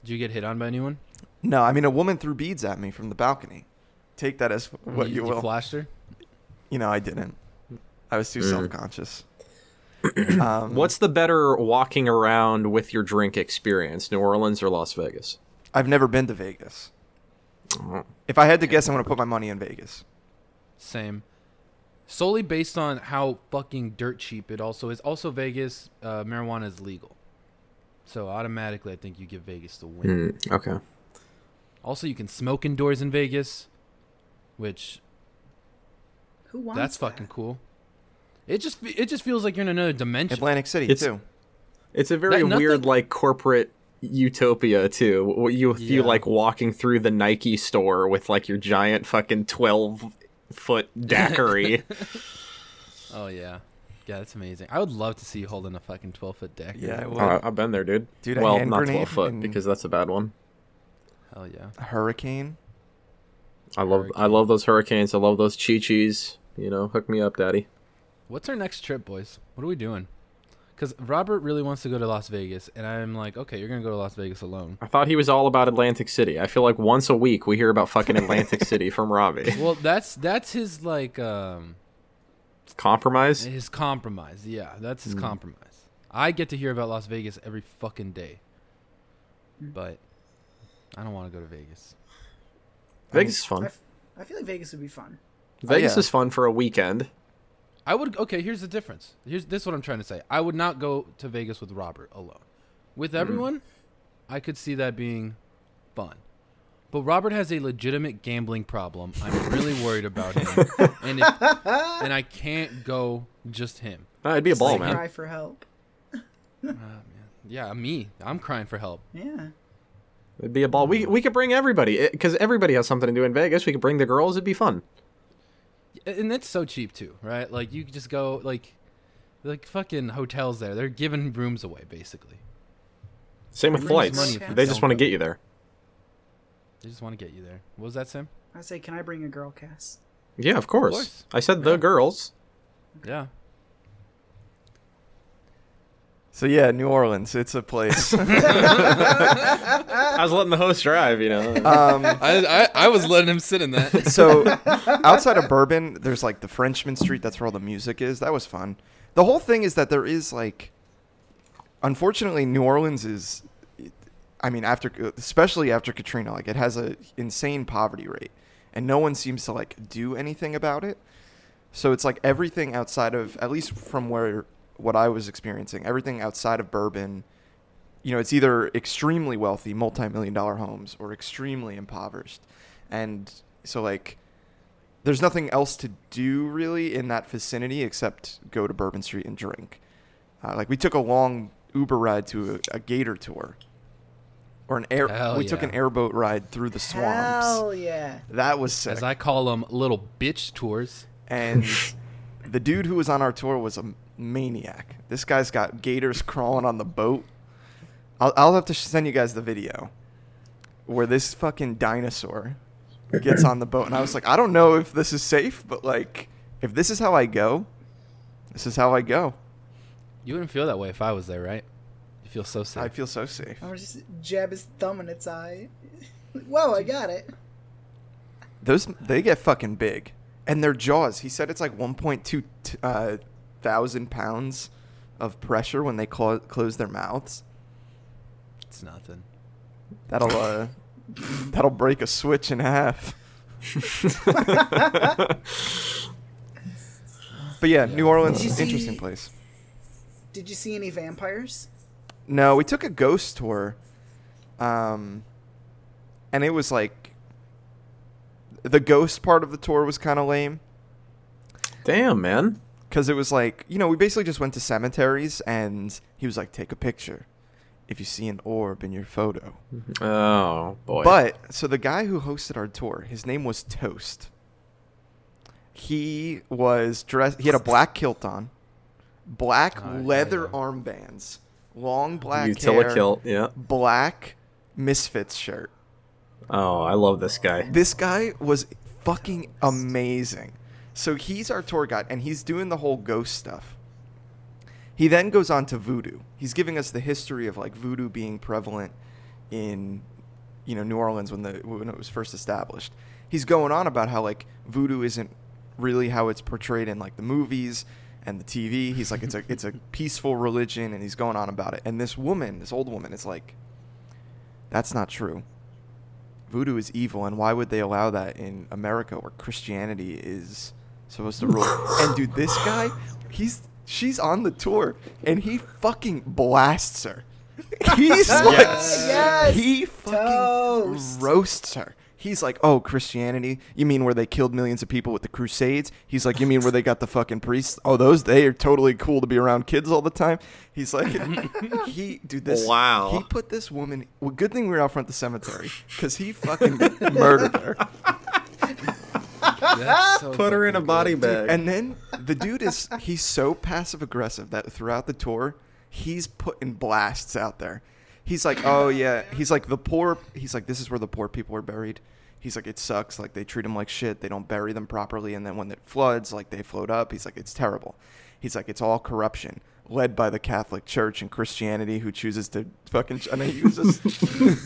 [SPEAKER 1] Did you get hit on by anyone?
[SPEAKER 2] no I mean a woman threw beads at me from the balcony take that as what you,
[SPEAKER 1] you
[SPEAKER 2] will
[SPEAKER 1] flashed her.
[SPEAKER 2] you know I didn't I was too
[SPEAKER 3] Mm.
[SPEAKER 2] self-conscious um,
[SPEAKER 3] What's the better walking around with your drink experience, New Orleans or Las Vegas?
[SPEAKER 2] I've never been to Vegas. If I had to guess, I'm going to put my money in Vegas.
[SPEAKER 1] Same. Solely based on how fucking dirt cheap it also is. Also, Vegas uh, marijuana is legal, so automatically I think you give Vegas the win.
[SPEAKER 3] Mm, okay.
[SPEAKER 1] Also, you can smoke indoors in Vegas, which
[SPEAKER 4] Who wants
[SPEAKER 1] that's
[SPEAKER 4] that?
[SPEAKER 1] fucking cool. It just it just feels like you're in another dimension.
[SPEAKER 2] Atlantic City
[SPEAKER 3] It's-
[SPEAKER 2] too.
[SPEAKER 3] It's a very
[SPEAKER 1] That- nothing-
[SPEAKER 3] weird, like corporate utopia too. What you
[SPEAKER 1] Yeah.
[SPEAKER 3] feel like walking through the Nike store with like your giant fucking twelve foot daiquiri.
[SPEAKER 1] oh yeah, yeah, that's amazing. I would love to see you holding a fucking twelve foot deck.
[SPEAKER 2] Yeah, I would.
[SPEAKER 3] Uh, I've been there, dude.
[SPEAKER 2] Dude, a
[SPEAKER 3] well,
[SPEAKER 2] hand
[SPEAKER 3] not
[SPEAKER 2] grenade
[SPEAKER 3] twelve foot
[SPEAKER 2] and-
[SPEAKER 3] because that's a bad one.
[SPEAKER 1] hell yeah.
[SPEAKER 2] Hurricane.
[SPEAKER 3] I love I love those hurricanes. I love those chi chis. You know, hook me up, daddy.
[SPEAKER 1] What's our next trip, boys? What are we doing? Because Robert really wants to go to Las Vegas, and I'm like, okay, you're gonna go to Las Vegas alone.
[SPEAKER 3] I thought he was all about Atlantic City. I feel like once a week we hear about fucking Atlantic City from Robbie.
[SPEAKER 1] Well, that's that's his like um
[SPEAKER 3] Compromise?
[SPEAKER 1] his compromise. Yeah, that's his compromise. I get to hear about Las Vegas every fucking day, but I don't want to go to Vegas.
[SPEAKER 3] Vegas is fun.
[SPEAKER 4] I feel like Vegas would be fun.
[SPEAKER 3] Vegas
[SPEAKER 2] yeah.
[SPEAKER 3] is fun for a weekend.
[SPEAKER 1] I would okay. Here's the difference. Here's this is what I'm trying to say. I would not go to Vegas with Robert alone. With everyone, I could see that being fun. But Robert has a legitimate gambling problem. I'm really worried about him, and if, and I can't go just him.
[SPEAKER 3] Uh, it'd be a ball,
[SPEAKER 4] like
[SPEAKER 3] man.
[SPEAKER 4] cry for help.
[SPEAKER 1] Yeah, me. I'm crying for help.
[SPEAKER 4] Yeah.
[SPEAKER 3] It'd be a ball. We we could bring everybody because everybody has something to do in Vegas. We could bring the girls. It'd be fun.
[SPEAKER 1] and it's so cheap too, right? Like you could just go like like fucking hotels there. They're giving rooms away basically.
[SPEAKER 3] Same with
[SPEAKER 1] Raise
[SPEAKER 3] flights.
[SPEAKER 1] money
[SPEAKER 4] if you
[SPEAKER 3] They
[SPEAKER 4] don't
[SPEAKER 3] just want to
[SPEAKER 1] go.
[SPEAKER 3] get you there.
[SPEAKER 1] They just want to get you there. What was that, Sam?
[SPEAKER 4] I say, can I bring a girl cast?
[SPEAKER 3] Yeah, of course.
[SPEAKER 1] course.
[SPEAKER 3] I said the girls.
[SPEAKER 1] Yeah.
[SPEAKER 2] So yeah, New Orleans. It's a place.
[SPEAKER 3] I was letting the host drive. You know.
[SPEAKER 2] um,
[SPEAKER 1] I, I I was letting him sit in that.
[SPEAKER 2] so outside of Bourbon, there's like the Frenchman Street. That's where all the music is. That was fun. The whole thing is that there is like, unfortunately, New Orleans is. I mean, after especially after Katrina, like it has a insane poverty rate, and no one seems to like do anything about it. So it's like everything outside of at least from where what I was experiencing, everything outside of Bourbon you know, it's either extremely wealthy, multi-million dollar homes, or extremely impoverished, and so like, there's nothing else to do really in that vicinity except go to Bourbon Street and drink. Uh, like we took a long Uber ride to a, a gator tour, or an air.
[SPEAKER 1] Hell
[SPEAKER 2] we took
[SPEAKER 1] yeah.
[SPEAKER 2] an airboat ride through the swamps.
[SPEAKER 4] Hell yeah.
[SPEAKER 2] That was sick.
[SPEAKER 1] As I call them, little bitch tours.
[SPEAKER 2] and the dude who was on our tour was a maniac. This guy's got gators crawling on the boat. I'll, I'll have to send you guys the video where this fucking dinosaur gets on the boat, and I was like, I don't know if this is safe, but like, if this is how I go, this is how I go.
[SPEAKER 1] You wouldn't feel that way if I was there, right? You feel so safe.
[SPEAKER 2] I feel so safe.
[SPEAKER 4] I was just jab his thumb in its eye. Whoa, I got it.
[SPEAKER 2] Those they get fucking big, and their jaws. He said it's like 1.2 t- uh, thousand pounds of pressure when they clo- close their mouths.
[SPEAKER 1] it's nothing.
[SPEAKER 2] That'll uh, that'll break a switch in half. But yeah, New Orleans,
[SPEAKER 4] Did you
[SPEAKER 2] interesting
[SPEAKER 4] see-
[SPEAKER 2] place.
[SPEAKER 4] Did you see any vampires?
[SPEAKER 2] No, we took a ghost tour, um, and it was like the ghost part of the tour was kind of lame
[SPEAKER 3] Damn, man.
[SPEAKER 2] because it was like you know we basically just went to cemeteries and he was like take a picture if you see an orb in your photo.
[SPEAKER 3] Oh boy.
[SPEAKER 2] But so the guy who hosted our tour, his name was Toast. He was dressed. He had a black kilt on, black
[SPEAKER 1] Oh, yeah,
[SPEAKER 2] leather
[SPEAKER 1] yeah.
[SPEAKER 2] armbands, long black hair,
[SPEAKER 3] Utila kilt. Yeah.
[SPEAKER 2] black Misfits shirt.
[SPEAKER 3] Oh, I love this guy.
[SPEAKER 2] This guy was fucking amazing. So he's our tour guide, and he's doing the whole ghost stuff. He then goes on to voodoo. He's giving us the history of like voodoo being prevalent in, you know, New Orleans when the when it was first established. He's going on about how like voodoo isn't really how it's portrayed in like the movies and the TV. He's like it's a it's a peaceful religion, and he's going on about it. And this woman, this old woman, is like, that's not true voodoo is evil and why would they allow that in america where christianity is supposed to rule and dude this guy he's she's on the tour and he fucking blasts her he's like
[SPEAKER 4] Yes.
[SPEAKER 2] he fucking
[SPEAKER 4] Toast.
[SPEAKER 2] roasts her He's like, oh, Christianity? You mean where they killed millions of people with the Crusades? He's like, you mean where they got the fucking priests? Oh, those they are totally cool to be around kids all the time. He's like, he, dude, this
[SPEAKER 3] Wow.
[SPEAKER 2] He put this woman. Well, good thing we were out front of the cemetery because he fucking murdered her.
[SPEAKER 1] That's so
[SPEAKER 3] Put her in a
[SPEAKER 1] fucking
[SPEAKER 3] body
[SPEAKER 1] good.
[SPEAKER 3] bag.
[SPEAKER 2] And then the dude is he's so passive aggressive that throughout the tour, he's putting blasts out there. He's like, "Oh yeah." He's like, "The poor he's like, this is where the poor people are buried." He's like, "It sucks. Like they treat them like shit. They don't bury them properly and then when it floods, like they float up." He's like, "It's terrible." He's like, "It's all corruption." Led by the Catholic Church and Christianity, who chooses to fucking. And he was just,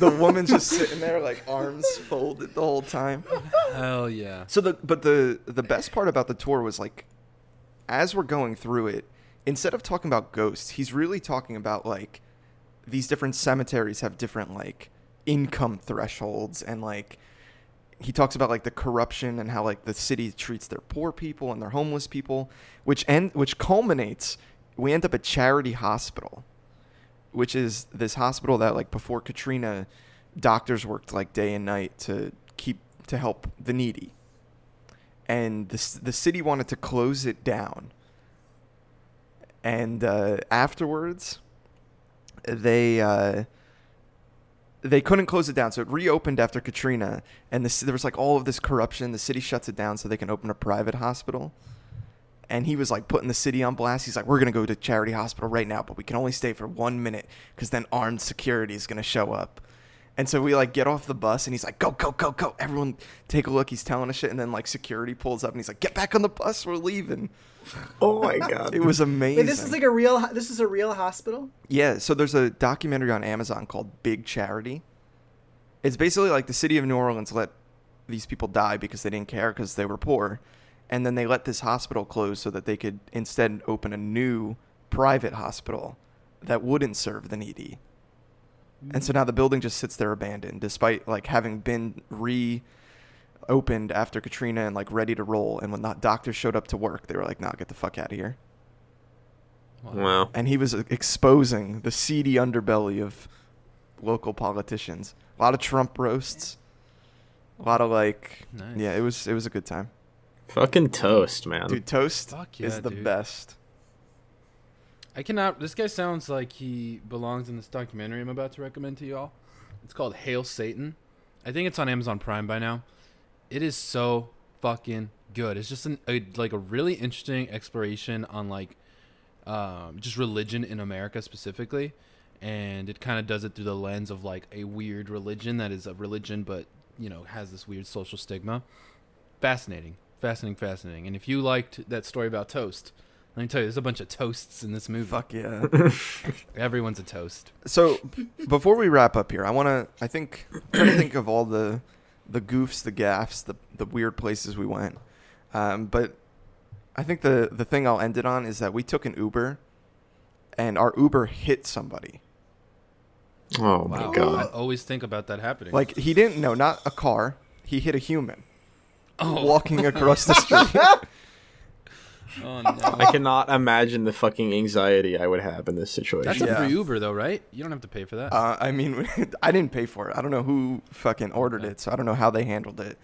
[SPEAKER 2] the woman's just sitting there, like arms folded the whole time.
[SPEAKER 1] Hell yeah.
[SPEAKER 2] So the but the the best part about the tour was like as we're going through it, instead of talking about ghosts, he's really talking about like these different cemeteries have different like income thresholds and like he talks about like the corruption and how like the city treats their poor people and their homeless people, which end which culminates we end up at charity hospital which is this hospital that like before Katrina, doctors worked like day and night to keep to help the needy. And the c- the city wanted to close it down. And uh, afterwards, they uh, they couldn't close it down, so it reopened after Katrina. And this, there was like all of this corruption. The city shuts it down so they can open a private hospital and he was like putting the city on blast. He's like, "We're gonna go to charity hospital right now, but we can only stay for one minute because then armed security is gonna show up." And so we like get off the bus, and he's like, "Go, go, go, go! Everyone, take a look." He's telling us shit, and then like security pulls up, and he's like, "Get back on the bus, we're leaving."
[SPEAKER 3] oh my god.
[SPEAKER 2] It was amazing.
[SPEAKER 4] Wait, this is like a real. ho- This is a real hospital.
[SPEAKER 2] Yeah, so there's a documentary on Amazon called Big Charity. It's basically like the city of New Orleans let these people die because they didn't care because they were poor, and then they let this hospital close so that they could instead open a new private hospital that wouldn't serve the needy. And so now the building just sits there abandoned despite like having been re opened after Katrina and like ready to roll and when the doctors showed up to work they were like, "Nah, get the fuck out of here."
[SPEAKER 3] Wow.
[SPEAKER 2] and he was exposing the seedy underbelly of local politicians. A lot of Trump roasts. A lot of like,
[SPEAKER 1] Nice.
[SPEAKER 2] yeah, it was it was a good time.
[SPEAKER 3] Fucking toast, man.
[SPEAKER 2] Dude, toast
[SPEAKER 1] Fuck yeah,
[SPEAKER 2] is the
[SPEAKER 1] dude.
[SPEAKER 2] best.
[SPEAKER 1] I cannot. This guy sounds like he belongs in this documentary I'm about to recommend to y'all. It's called Hail Satan. I think it's on Amazon Prime by now. It is so fucking good. It's just an, a like a really interesting exploration on like um, just religion in America specifically, and it kind of does it through the lens of like a weird religion that is a religion but you know has this weird social stigma. Fascinating, fascinating, fascinating. And if you liked that story about toast, let me tell you, there's a bunch of toasts in this movie.
[SPEAKER 2] Fuck yeah.
[SPEAKER 1] Everyone's a toast.
[SPEAKER 2] so b- before we wrap up here, I want to. I think I'm trying to think of all the the goofs, the gaffs, the the weird places we went. Um, but I think the the thing I'll end it on is that we took an Uber, and our Uber hit somebody.
[SPEAKER 1] Wow.
[SPEAKER 3] Oh my
[SPEAKER 1] I
[SPEAKER 3] god.
[SPEAKER 1] always think about that happening.
[SPEAKER 2] Like he didn't know, not a car. He hit a human
[SPEAKER 1] oh,
[SPEAKER 2] walking across the street.
[SPEAKER 1] oh no.
[SPEAKER 3] I cannot imagine the fucking anxiety I would have in this
[SPEAKER 1] That's
[SPEAKER 3] situation.
[SPEAKER 1] a free
[SPEAKER 2] Yeah.
[SPEAKER 1] Uber though, right? You don't have to pay for that.
[SPEAKER 2] Uh, I mean, I didn't pay for it. I don't know who fucking ordered it, so I don't know how they handled it.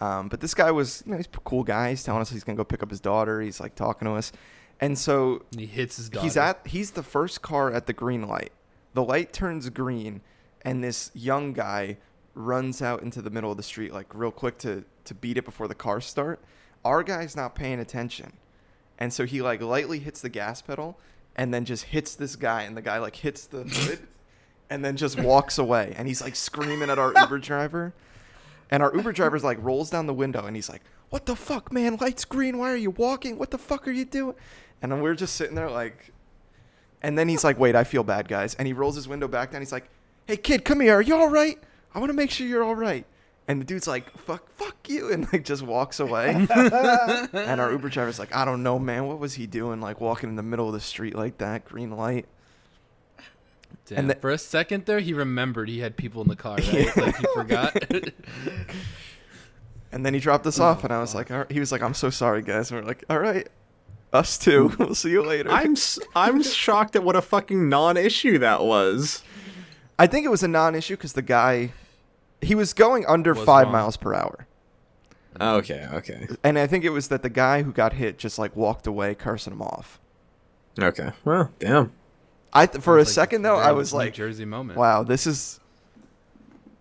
[SPEAKER 2] Um, but this guy was, you know, he's a cool guy. He's telling us he's gonna go pick up his daughter. He's like talking to us, and so
[SPEAKER 1] And he hits his daughter.
[SPEAKER 2] he's at he's the first car at the green light. The light turns green, and this young guy runs out into the middle of the street like real quick to to beat it before the cars start. Our guy's not paying attention, and so he like lightly hits the gas pedal, and then just hits this guy, and the guy like hits the hood, and then just walks away, and he's like screaming at our Uber driver. And our Uber driver's like rolls down the window and he's like, "What the fuck, man? Lights green. Why are you walking? What the fuck are you doing?" And then we're just sitting there like, and then he's like, "Wait, I feel bad, guys." And he rolls his window back down. He's like, "Hey, kid, come here. Are you all right? I want to make sure you're all right." And the dude's like, "Fuck, fuck you," and like just walks away. and our Uber driver's like, "I don't know, man. What was he doing? Like walking in the middle of the street like that, green light."
[SPEAKER 1] Damn.
[SPEAKER 2] and the-
[SPEAKER 1] for a second there, he remembered he had people in the car. Right? Like he forgot.
[SPEAKER 2] And then he dropped us off, and I was like, all right. he was like, I'm so sorry, guys. And we are like, all right, us too. we'll see you later.
[SPEAKER 3] I'm s- I'm shocked at what a fucking non-issue that was.
[SPEAKER 2] I think it was a non-issue because the guy, he was going under
[SPEAKER 1] Was
[SPEAKER 2] five
[SPEAKER 1] wrong.
[SPEAKER 2] miles per hour,
[SPEAKER 3] Okay, okay,
[SPEAKER 2] and I think it was that the guy who got hit just like walked away, cursing him off.
[SPEAKER 3] okay. Well, damn.
[SPEAKER 2] I th- for a
[SPEAKER 1] It's like
[SPEAKER 2] second though,
[SPEAKER 1] very
[SPEAKER 2] I was
[SPEAKER 1] New
[SPEAKER 2] like,
[SPEAKER 1] Jersey moment.
[SPEAKER 2] wow, this is,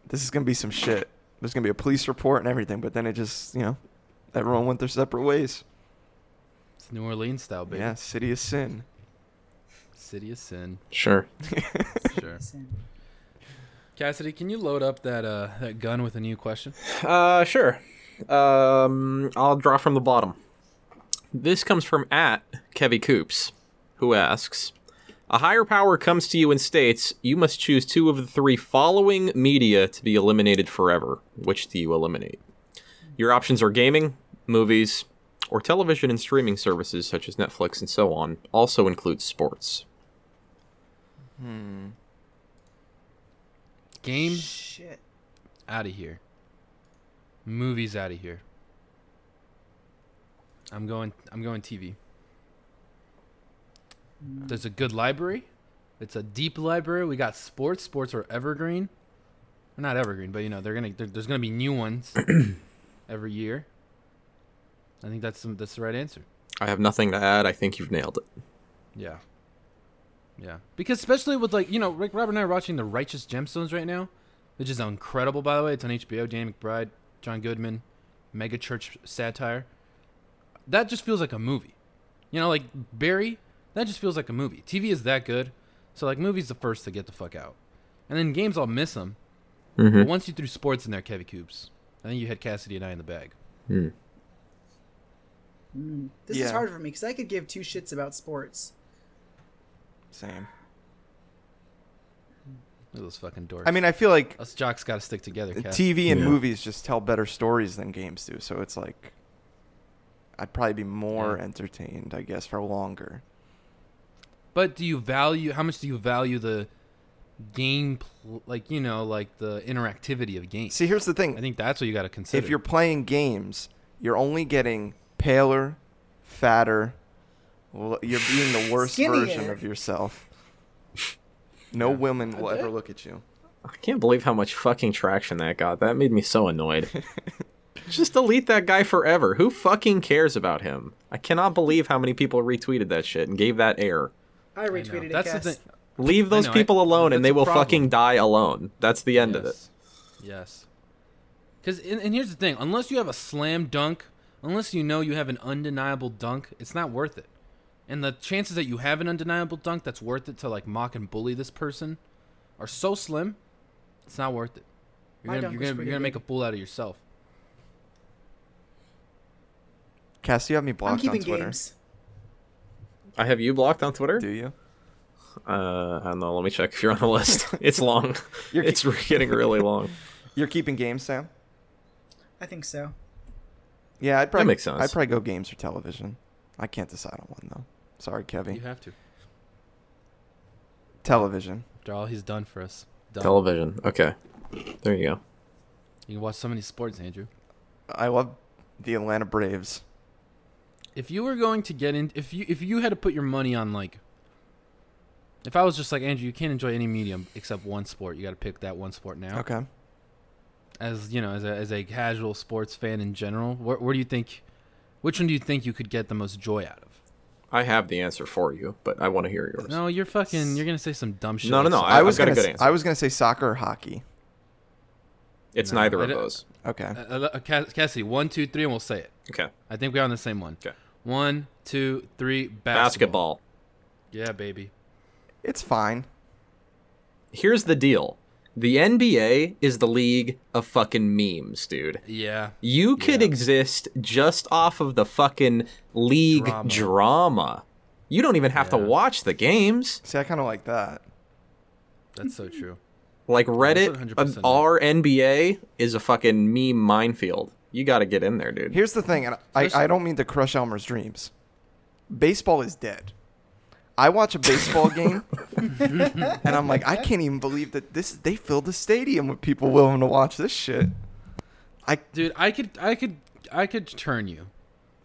[SPEAKER 2] this is gonna be some shit. There's gonna be a police report and everything. But then it just, you know, everyone went their separate ways.
[SPEAKER 1] It's New Orleans style, baby.
[SPEAKER 2] Yeah, city of sin.
[SPEAKER 1] City of sin.
[SPEAKER 3] Sure.
[SPEAKER 1] Sure. Cassidy, can you load up that uh that gun with a new question?
[SPEAKER 3] Uh, sure. Um, I'll draw from the bottom. This comes from at Kevy Coops, who asks, "A higher power comes to you and states you must choose two of the three following media to be eliminated forever. Which do you eliminate? Your options are gaming, movies, or television and streaming services such as Netflix and so on. Also includes sports.
[SPEAKER 1] Game
[SPEAKER 4] Shit.
[SPEAKER 1] out of here. Movies out of here. I'm going. I'm going TV. There's a good library. It's a deep library. We got sports. Sports are evergreen. Well, not evergreen, but you know they're gonna. there- there's gonna be new ones every year. I think that's the, that's the right answer.
[SPEAKER 3] I have nothing to add. I think you've nailed it.
[SPEAKER 1] Yeah. Yeah. Because especially with like, you know, Rick Robert and I are watching The Righteous Gemstones right now, which is incredible by the way. It's on HBO, Danny McBride, John Goodman, mega church satire. That just feels like a movie. You know, like Barry, that just feels like a movie. TV is that good. So like movies the first to get the fuck out. And then games I'll miss them.
[SPEAKER 2] Mm-hmm.
[SPEAKER 1] But once you threw sports in there, Kevy Coops, I think you had Cassidy and I in the bag.
[SPEAKER 4] This is
[SPEAKER 2] Yeah.
[SPEAKER 4] hard for me because I could give two shits about sports.
[SPEAKER 2] Same.
[SPEAKER 1] Look at those fucking dorks.
[SPEAKER 2] I mean, I feel like
[SPEAKER 1] us jocks got to stick together. Cass.
[SPEAKER 2] TV and
[SPEAKER 3] Yeah.
[SPEAKER 2] movies just tell better stories than games do. So it's like I'd probably be more
[SPEAKER 1] Yeah.
[SPEAKER 2] entertained, I guess, for longer.
[SPEAKER 1] But do you value how much do you value the game pl- like you know like the interactivity of games?
[SPEAKER 2] See, here's the thing:
[SPEAKER 1] I think that's what you got to consider.
[SPEAKER 2] if you're playing games, you're only getting paler, fatter, Well, you're being the worst
[SPEAKER 4] Skinnier.
[SPEAKER 2] version of yourself. No women will ever look at you.
[SPEAKER 3] I can't believe how much fucking traction that got. That made me so annoyed. Just delete that guy forever. Who fucking cares about him? I cannot believe how many people retweeted that shit and gave that air.
[SPEAKER 4] I
[SPEAKER 1] I know.
[SPEAKER 4] retweeted it.
[SPEAKER 1] That's the
[SPEAKER 4] Cass.
[SPEAKER 1] thing.
[SPEAKER 3] Leave those
[SPEAKER 1] know, I-
[SPEAKER 3] people alone and
[SPEAKER 1] that's
[SPEAKER 3] they
[SPEAKER 1] a
[SPEAKER 3] will
[SPEAKER 1] problem.
[SPEAKER 3] fucking die alone. That's the end of it.
[SPEAKER 1] Yes. Because and, and here's the thing: unless you have a slam dunk, unless you know you have an undeniable dunk, it's not worth it. And the chances that you have an undeniable dunk that's worth it to like mock and bully this person are so slim, it's not worth it. You're
[SPEAKER 4] My
[SPEAKER 1] gonna,
[SPEAKER 4] dunk
[SPEAKER 1] you're
[SPEAKER 4] was
[SPEAKER 1] gonna, you're
[SPEAKER 4] pretty
[SPEAKER 1] gonna
[SPEAKER 4] good.
[SPEAKER 1] make a fool out of yourself.
[SPEAKER 2] Cass, you have me blocked
[SPEAKER 4] I'm keeping
[SPEAKER 2] on Twitter.
[SPEAKER 4] games.
[SPEAKER 3] I have you blocked on Twitter?
[SPEAKER 2] Do you?
[SPEAKER 3] Uh, I don't know. Let me check if you're on the list. it's long.
[SPEAKER 2] You're-
[SPEAKER 3] it's re- getting really long.
[SPEAKER 2] You're keeping games, Sam?
[SPEAKER 4] I think so.
[SPEAKER 2] Yeah, I'd probably
[SPEAKER 3] makes sense.
[SPEAKER 2] I'd probably go games or television. I can't decide on one though. Sorry, Kevin.
[SPEAKER 1] You have to.
[SPEAKER 2] Television.
[SPEAKER 1] After all, he's done for us. Done.
[SPEAKER 3] Television. Okay. There you go.
[SPEAKER 1] you can watch so many sports, Andrew.
[SPEAKER 2] I love the Atlanta Braves.
[SPEAKER 1] If you were going to get in, if you if you had to put your money on like, if I was just like Andrew, you can't enjoy any medium except one sport. You got to pick that one sport now.
[SPEAKER 2] Okay.
[SPEAKER 1] as you know, as a, as a casual sports fan in general, where, where do you think, which one do you think you could get the most joy out of?
[SPEAKER 3] I have the answer for you, but I want to hear yours.
[SPEAKER 1] No, you're fucking, you're gonna say some dumb shit.
[SPEAKER 3] No, no,
[SPEAKER 1] like
[SPEAKER 3] no,
[SPEAKER 1] so-
[SPEAKER 3] I-
[SPEAKER 2] was
[SPEAKER 3] I've got
[SPEAKER 2] gonna
[SPEAKER 3] a good
[SPEAKER 2] s-
[SPEAKER 3] answer.
[SPEAKER 2] I was gonna say soccer or hockey.
[SPEAKER 3] it's
[SPEAKER 1] No,
[SPEAKER 3] neither
[SPEAKER 1] I
[SPEAKER 3] of
[SPEAKER 1] don't-
[SPEAKER 3] those.
[SPEAKER 2] Okay.
[SPEAKER 1] Uh, uh, uh, Cass- Cassie, one, two, three, and we'll say it.
[SPEAKER 3] Okay.
[SPEAKER 1] I think we're on the same one.
[SPEAKER 3] Okay.
[SPEAKER 1] One, two, three, basketball.
[SPEAKER 3] Basketball.
[SPEAKER 1] Yeah, baby.
[SPEAKER 2] It's fine.
[SPEAKER 3] Here's the deal. The NBA is the league of fucking memes, dude.
[SPEAKER 1] Yeah.
[SPEAKER 3] You could
[SPEAKER 1] Yeah.
[SPEAKER 3] exist just off of the fucking league
[SPEAKER 1] Drama.
[SPEAKER 3] drama. You don't even have to
[SPEAKER 1] Yeah.
[SPEAKER 3] watch the games.
[SPEAKER 2] See, I kind of like that.
[SPEAKER 1] That's so true.
[SPEAKER 3] Like
[SPEAKER 1] that's
[SPEAKER 3] Reddit,
[SPEAKER 1] 100%
[SPEAKER 3] uh, our NBA is a fucking meme minefield. You got to get in there, dude.
[SPEAKER 2] Here's the thing, and I,
[SPEAKER 1] There's-
[SPEAKER 2] I don't mean to crush Elmer's dreams. Baseball is dead. I watch a baseball game, and I'm like, I can't even believe that this. They filled the stadium with people willing to watch this shit. I
[SPEAKER 1] Dude, I could, I could, I could turn you.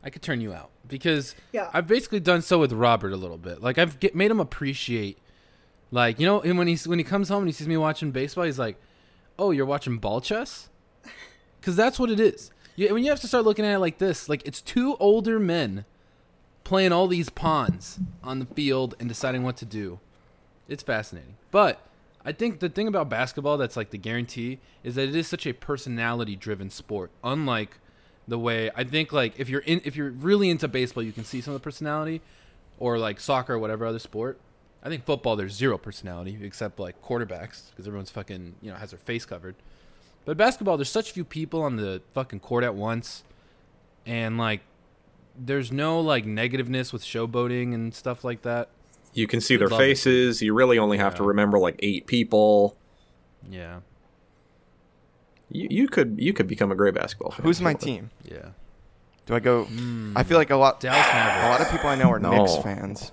[SPEAKER 1] I could turn you out because
[SPEAKER 4] Yeah.
[SPEAKER 1] I've basically done so with Robert a little bit. Like I've get, made him appreciate, like you know, and when he's when he comes home and he sees me watching baseball, he's like, "Oh, you're watching ball chess," because that's what it is. You, when you have to start looking at it like this, like it's two older men playing all these pawns on the field and deciding what to do. It's fascinating, but I think the thing about basketball that's like the guarantee is that it is such a personality-driven sport, unlike the way I think like if you're in if you're really into baseball, you can see some of the personality, or like soccer or whatever other sport. I think football there's zero personality except like quarterbacks because everyone's fucking you know has their face covered. But basketball there's such few people on the fucking court at once, and like there's no like negativeness with showboating and stuff like that.
[SPEAKER 3] You can see their
[SPEAKER 1] love it.
[SPEAKER 3] faces. You really only have to
[SPEAKER 1] Yeah.
[SPEAKER 3] remember like eight people.
[SPEAKER 1] Yeah,
[SPEAKER 3] You, you could you could become a great basketball fan.
[SPEAKER 2] who's my team?
[SPEAKER 1] yeah.
[SPEAKER 2] Do I go? I feel like a lot.
[SPEAKER 1] Dallas
[SPEAKER 2] A
[SPEAKER 1] Mavericks.
[SPEAKER 2] lot of people I know are
[SPEAKER 3] Hmm. No.
[SPEAKER 2] Knicks fans.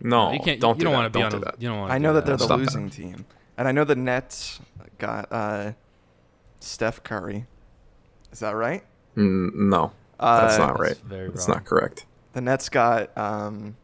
[SPEAKER 3] No,
[SPEAKER 1] you can't.
[SPEAKER 3] Don't
[SPEAKER 1] you
[SPEAKER 3] do
[SPEAKER 1] don't
[SPEAKER 3] that.
[SPEAKER 1] want to be
[SPEAKER 3] Don't
[SPEAKER 1] on.
[SPEAKER 3] do
[SPEAKER 1] A,
[SPEAKER 3] that.
[SPEAKER 1] you don't want.
[SPEAKER 2] I know that they're
[SPEAKER 1] that.
[SPEAKER 2] the
[SPEAKER 3] Oh Stop that.
[SPEAKER 2] losing team, and I know the Nets got uh, Steph Curry. Is that right?
[SPEAKER 3] Mm, no,
[SPEAKER 2] Uh,
[SPEAKER 3] that's not
[SPEAKER 1] That's
[SPEAKER 3] right.
[SPEAKER 1] very
[SPEAKER 3] That's
[SPEAKER 1] wrong.
[SPEAKER 3] not correct.
[SPEAKER 2] The Nets got. Um,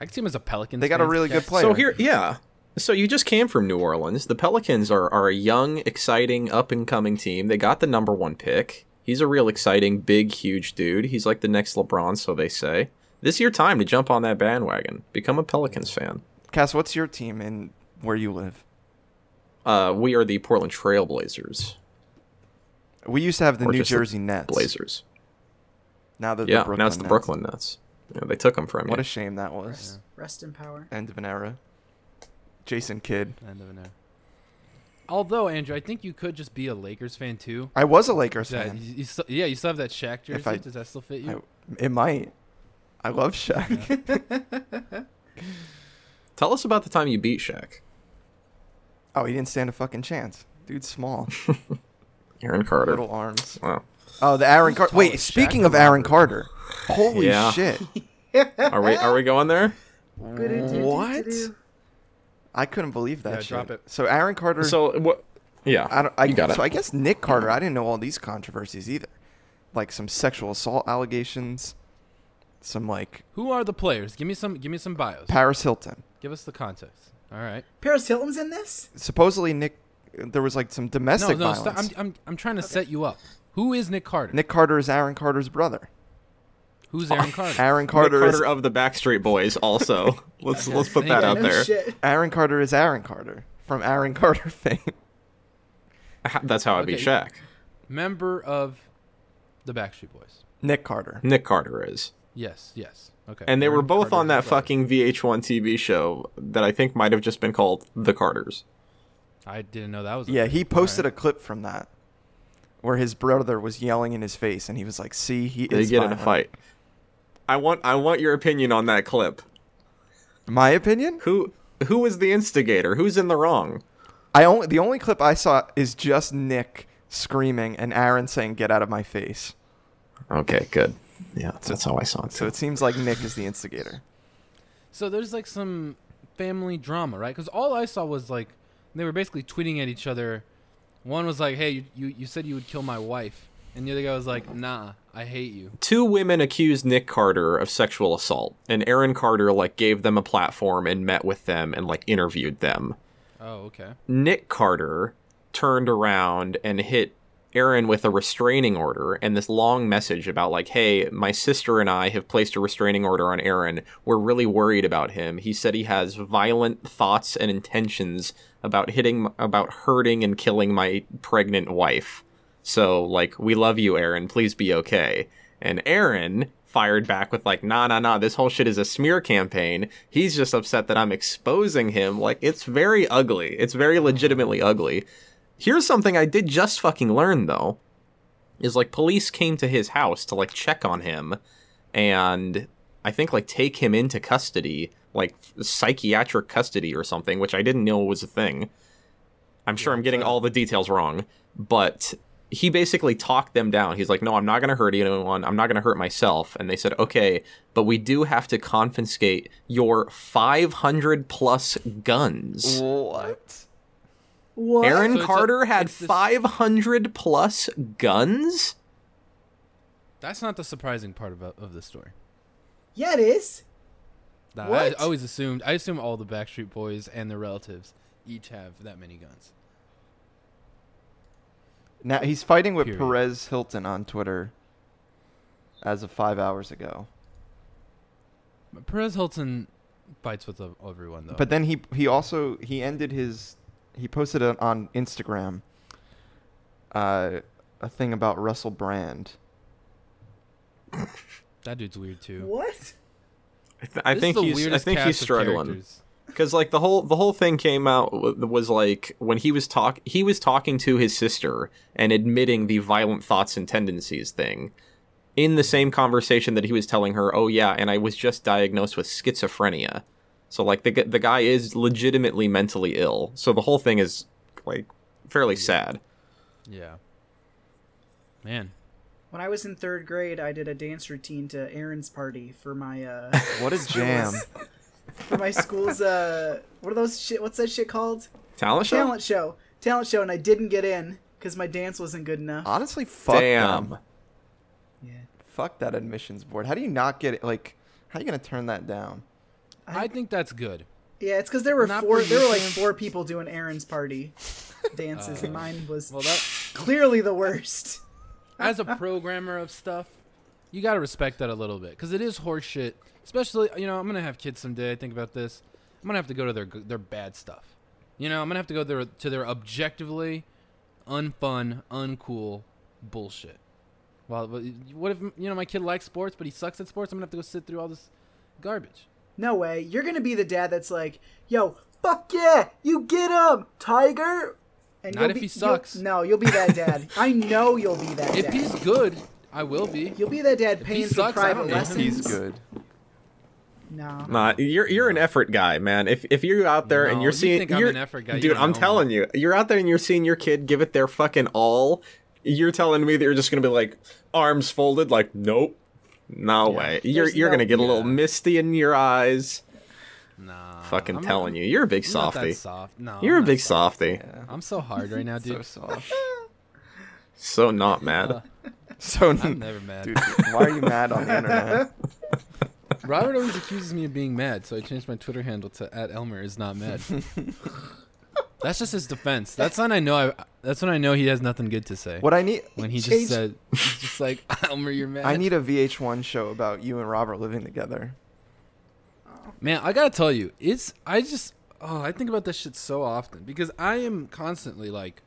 [SPEAKER 1] I can see him as a Pelican.
[SPEAKER 2] they got a really good player.
[SPEAKER 3] So here, yeah. So you just came from New Orleans. The Pelicans are, are a young, exciting, up and coming team. They got the number one pick. He's a real exciting, big, huge dude. He's like the next LeBron, so they say. This is your time to jump on that bandwagon. Become a Pelicans fan.
[SPEAKER 2] Cass, what's your team and where you live?
[SPEAKER 3] Uh, we are the Portland Trailblazers.
[SPEAKER 2] We used to have the
[SPEAKER 3] Or
[SPEAKER 2] New
[SPEAKER 3] just the
[SPEAKER 2] Jersey Nets.
[SPEAKER 3] Blazers.
[SPEAKER 2] Now they're
[SPEAKER 3] Yeah,
[SPEAKER 2] the Brooklyn
[SPEAKER 3] now it's the
[SPEAKER 2] Nets.
[SPEAKER 3] Brooklyn Nets. Yeah, they took them from
[SPEAKER 2] What
[SPEAKER 3] you.
[SPEAKER 2] a shame that was.
[SPEAKER 4] Rest in power.
[SPEAKER 2] End of an era. Jason Kidd.
[SPEAKER 1] End of an era. Although Andrew, I think you could just be a Lakers fan too.
[SPEAKER 2] I was a Lakers
[SPEAKER 1] Yeah,
[SPEAKER 2] fan.
[SPEAKER 1] you, you still, yeah, you still have that Shaq jersey.
[SPEAKER 2] If I-
[SPEAKER 1] Does that still fit you?
[SPEAKER 2] I, it might. I love Shaq.
[SPEAKER 3] Tell us about the time you beat Shaq.
[SPEAKER 2] oh, he didn't stand a fucking chance. Dude's small.
[SPEAKER 3] Aaron Carter.
[SPEAKER 2] Little arms.
[SPEAKER 3] Wow.
[SPEAKER 2] Oh, the Aaron Carter.
[SPEAKER 1] tall
[SPEAKER 2] Wait,
[SPEAKER 1] as Shaq
[SPEAKER 2] speaking
[SPEAKER 1] or
[SPEAKER 2] of Aaron Carter. Holy
[SPEAKER 3] Yeah.
[SPEAKER 2] shit.
[SPEAKER 3] Are we are we going there? Uh,
[SPEAKER 2] what? I couldn't believe that
[SPEAKER 1] Yeah,
[SPEAKER 2] shit.
[SPEAKER 1] drop it.
[SPEAKER 2] So Aaron Carter
[SPEAKER 3] So what? Yeah,
[SPEAKER 2] I don't. I,
[SPEAKER 3] you got it.
[SPEAKER 2] so I guess Nick Carter. I didn't know all these controversies either, like some sexual assault allegations. Some like
[SPEAKER 1] Who are the players? Give me some. Give me some bios.
[SPEAKER 2] Paris Hilton.
[SPEAKER 1] Give us the context. All right.
[SPEAKER 4] Paris Hilton's in this?
[SPEAKER 2] Supposedly Nick, there was like some
[SPEAKER 1] No,
[SPEAKER 2] domestic
[SPEAKER 1] no.
[SPEAKER 2] violence.
[SPEAKER 1] Stop. I'm, I'm, I'm trying to set you up. Who is Nick Carter?
[SPEAKER 2] Nick Carter is Aaron Carter's brother.
[SPEAKER 1] Who's Aaron Carter?
[SPEAKER 2] Aaron Carter,
[SPEAKER 3] Nick
[SPEAKER 2] is
[SPEAKER 3] Carter of the Backstreet Boys. Also, let's let's put
[SPEAKER 1] thank
[SPEAKER 3] that
[SPEAKER 1] you.
[SPEAKER 3] out
[SPEAKER 4] no
[SPEAKER 3] there.
[SPEAKER 4] shit.
[SPEAKER 2] Aaron Carter is Aaron Carter from Aaron Carter fame.
[SPEAKER 3] That's how I beat
[SPEAKER 1] Okay.
[SPEAKER 3] Shaq.
[SPEAKER 1] Member of the Backstreet Boys.
[SPEAKER 2] Nick Carter.
[SPEAKER 3] Nick Carter is,
[SPEAKER 1] Yes. Yes. Okay.
[SPEAKER 3] and they were
[SPEAKER 1] Aaron
[SPEAKER 3] both
[SPEAKER 1] Carter
[SPEAKER 3] on that
[SPEAKER 1] is brother.
[SPEAKER 3] fucking VH1 TV show that I think might have just been called The Carters.
[SPEAKER 1] I didn't know that was. a
[SPEAKER 2] Yeah,
[SPEAKER 1] thing.
[SPEAKER 2] he
[SPEAKER 1] All
[SPEAKER 2] posted
[SPEAKER 1] right.
[SPEAKER 2] a clip from that where his brother was yelling in his face, and he was like, "See, he
[SPEAKER 3] They
[SPEAKER 2] is
[SPEAKER 3] get in a
[SPEAKER 2] violent."
[SPEAKER 3] fight. I want I want your opinion on that clip.
[SPEAKER 2] My opinion.
[SPEAKER 3] Who who was the instigator? Who's in the wrong?
[SPEAKER 2] I only the only clip I saw is just Nick screaming and Aaron saying "Get out of my face."
[SPEAKER 3] Okay, good. Yeah, that's how I saw it.
[SPEAKER 2] So it seems like Nick is the instigator.
[SPEAKER 1] So there's like some family drama, right? Because all I saw was like they were basically tweeting at each other. One was like, "Hey, you, you you said you would kill my wife," and the other guy was like, "Nah, I hate you."
[SPEAKER 3] Two women accused Nick Carter of sexual assault, and Aaron Carter like gave them a platform and met with them and like interviewed them.
[SPEAKER 1] Oh, okay.
[SPEAKER 3] Nick Carter turned around and hit Aaron with a restraining order and this long message about, like, hey, my sister and I have placed a restraining order on Aaron. We're really worried about him. He said he has violent thoughts and intentions about hitting, about hurting and killing my pregnant wife. So, like, we love you, Aaron. Please be okay. And Aaron fired back with, like, nah, nah, nah, this whole shit is a smear campaign. He's just upset that I'm exposing him. Like, it's very ugly. It's very legitimately ugly. Here's something I did just fucking learn, though is like police came to his house to like check on him and I think like take him into custody, like psychiatric custody or something, which I didn't know was a thing. I'm sure I'm getting all the details wrong, but he basically talked them down. He's like, "No, I'm not going to hurt anyone. I'm not going to hurt myself." And they said, "Okay, but we do have to confiscate your 500 plus guns."
[SPEAKER 2] What?
[SPEAKER 4] What?
[SPEAKER 3] Aaron
[SPEAKER 1] So it's a-
[SPEAKER 3] Carter had
[SPEAKER 1] it's this-
[SPEAKER 3] 500 plus guns?
[SPEAKER 1] That's not the surprising part of of the story.
[SPEAKER 4] Yeah, it is.
[SPEAKER 1] That
[SPEAKER 4] What?
[SPEAKER 1] I always assumed. I assume all the Backstreet Boys and their relatives each have that many guns.
[SPEAKER 2] Now he's fighting with
[SPEAKER 1] Period.
[SPEAKER 2] Perez Hilton on Twitter as of five hours ago.
[SPEAKER 1] But Perez Hilton fights with ev- everyone though.
[SPEAKER 2] But then he he also he ended his he posted it on Instagram uh, a thing about Russell Brand.
[SPEAKER 1] that dude's weird too.
[SPEAKER 4] What?
[SPEAKER 3] I, th- I
[SPEAKER 1] This is
[SPEAKER 3] think
[SPEAKER 1] the
[SPEAKER 3] he's. I
[SPEAKER 1] weirdest
[SPEAKER 3] think he's
[SPEAKER 1] cast of
[SPEAKER 3] struggling
[SPEAKER 1] characters.
[SPEAKER 3] because like the whole the whole thing came out w- was like when he was talk he was talking to his sister and admitting the violent thoughts and tendencies thing in the same conversation that he was telling her. Oh yeah, and I was just diagnosed with schizophrenia. So like the gu- the guy is legitimately mentally ill. So the whole thing is like fairly sad.
[SPEAKER 1] Yeah. Man,
[SPEAKER 4] When I was in third grade, I did a dance routine to Aaron's party for my uh,
[SPEAKER 2] What a jam!
[SPEAKER 4] for my school's uh, what are those shit? What's that shit called?
[SPEAKER 3] Talent show.
[SPEAKER 4] Talent show. Talent show, and I didn't get in because my dance wasn't good enough.
[SPEAKER 2] Honestly, fuck
[SPEAKER 3] Damn.
[SPEAKER 2] them.
[SPEAKER 4] yeah.
[SPEAKER 2] Fuck that admissions board. How do you not get it? Like, how are you gonna turn that down?
[SPEAKER 1] I think that's good.
[SPEAKER 4] Yeah, it's because there were
[SPEAKER 1] Not
[SPEAKER 4] four. There were like
[SPEAKER 1] permission.
[SPEAKER 4] four people doing Aaron's party dances, and mine was
[SPEAKER 1] Uh, Well, that
[SPEAKER 4] clearly the worst.
[SPEAKER 1] as a programmer of stuff, you got to respect that a little bit because it is horseshit. Especially, you know, I'm gonna have kids someday. I think about this. I'm gonna have to go to their g- their bad stuff. You know, I'm gonna have to go their, to their objectively unfun, uncool bullshit. Well, but what if you know my kid likes sports, but he sucks at sports? I'm gonna have to go sit through all this garbage.
[SPEAKER 4] No way. You're gonna be the dad that's like, "Yo, fuck yeah, you get him, Tiger." And
[SPEAKER 1] Not
[SPEAKER 4] you'll
[SPEAKER 1] if he
[SPEAKER 4] you'll-
[SPEAKER 1] sucks.
[SPEAKER 4] no, you'll be that dad. I know you'll be that
[SPEAKER 1] If
[SPEAKER 4] dad.
[SPEAKER 1] he's good, I will be.
[SPEAKER 4] you'll be that dad
[SPEAKER 1] he
[SPEAKER 4] paying
[SPEAKER 1] sucks,
[SPEAKER 4] for
[SPEAKER 1] I
[SPEAKER 4] private
[SPEAKER 1] don't
[SPEAKER 2] If
[SPEAKER 1] know.
[SPEAKER 4] lessons.
[SPEAKER 2] he's good.
[SPEAKER 4] No.
[SPEAKER 3] Nah, you're you're an effort guy, man. If if you're out there and
[SPEAKER 1] Um, No,
[SPEAKER 3] you're
[SPEAKER 1] you
[SPEAKER 3] seeing,
[SPEAKER 1] think I'm
[SPEAKER 3] you're-
[SPEAKER 1] an effort guy. You
[SPEAKER 3] dude.
[SPEAKER 1] don't
[SPEAKER 3] I'm
[SPEAKER 1] know me.
[SPEAKER 3] telling you, you're out there and you're seeing your kid give it their fucking all. You're telling me that you're just gonna be like arms folded, like nope, no way. You're
[SPEAKER 4] There's
[SPEAKER 3] you're
[SPEAKER 4] no-
[SPEAKER 3] gonna get a little
[SPEAKER 1] yeah.
[SPEAKER 3] misty in your eyes.
[SPEAKER 1] Nah,
[SPEAKER 3] Fucking
[SPEAKER 1] I'm not-
[SPEAKER 3] telling you, you're a big
[SPEAKER 1] I'm not that
[SPEAKER 3] softy.
[SPEAKER 1] soft. No,
[SPEAKER 3] You're
[SPEAKER 1] I'm not
[SPEAKER 3] a big
[SPEAKER 1] soft.
[SPEAKER 3] softy.
[SPEAKER 1] I'm so hard right now,
[SPEAKER 2] So
[SPEAKER 1] dude.
[SPEAKER 2] soft.
[SPEAKER 3] So not mad.
[SPEAKER 2] So
[SPEAKER 1] Uh, I'm never mad.
[SPEAKER 2] Dude, why are you mad on the internet?
[SPEAKER 1] Robert always accuses me of being mad, so I changed my Twitter handle to at Elmer is not mad. that's just his defense. That's when I know. I, that's when I know he has nothing good to say.
[SPEAKER 2] What I need
[SPEAKER 1] When he
[SPEAKER 2] Change-
[SPEAKER 1] just said, he's just like Elmer, you're mad.
[SPEAKER 2] I need a VH1 show about you and Robert living together.
[SPEAKER 1] Man, I gotta tell you, it's I just oh I think about this shit so often because I am constantly like,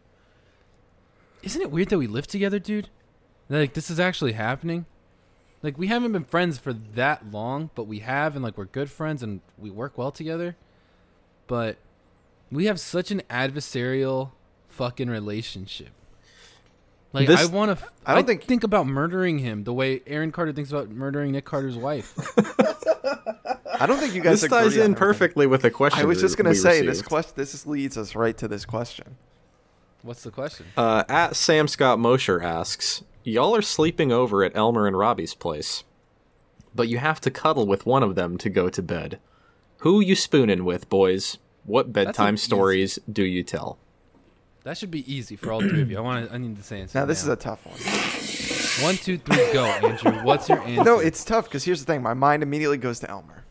[SPEAKER 1] isn't it weird that we live together, dude? Like this is actually happening. Like we haven't been friends for that long, but we have, and like we're good friends and we work well together. But we have such an adversarial fucking relationship. Like
[SPEAKER 3] This-
[SPEAKER 1] I want to.
[SPEAKER 2] I don't think-
[SPEAKER 1] think about murdering him the way Aaron Carter thinks about murdering Nick Carter's wife.
[SPEAKER 2] I don't think you guys
[SPEAKER 3] This
[SPEAKER 2] agree on
[SPEAKER 3] ties in
[SPEAKER 2] everything.
[SPEAKER 3] perfectly with the question.
[SPEAKER 2] I was just
[SPEAKER 3] going
[SPEAKER 2] gonna
[SPEAKER 3] to
[SPEAKER 2] say this question. This leads us right to this question.
[SPEAKER 1] What's the question?
[SPEAKER 3] Uh, at Sam Scott Mosher asks, Y'all are sleeping over at Elmer and Robbie's place, but you have to cuddle with one of them to go to bed. Who you spooning with, boys? What bedtime
[SPEAKER 1] easy-
[SPEAKER 3] stories do you tell?
[SPEAKER 1] That should be easy for all three of you. I want. I need this answer.
[SPEAKER 2] Now this is a tough one.
[SPEAKER 1] is a one, two, three, go, Andrew. What's your answer?
[SPEAKER 2] No, it's tough because here's the thing. My mind immediately goes to Elmer.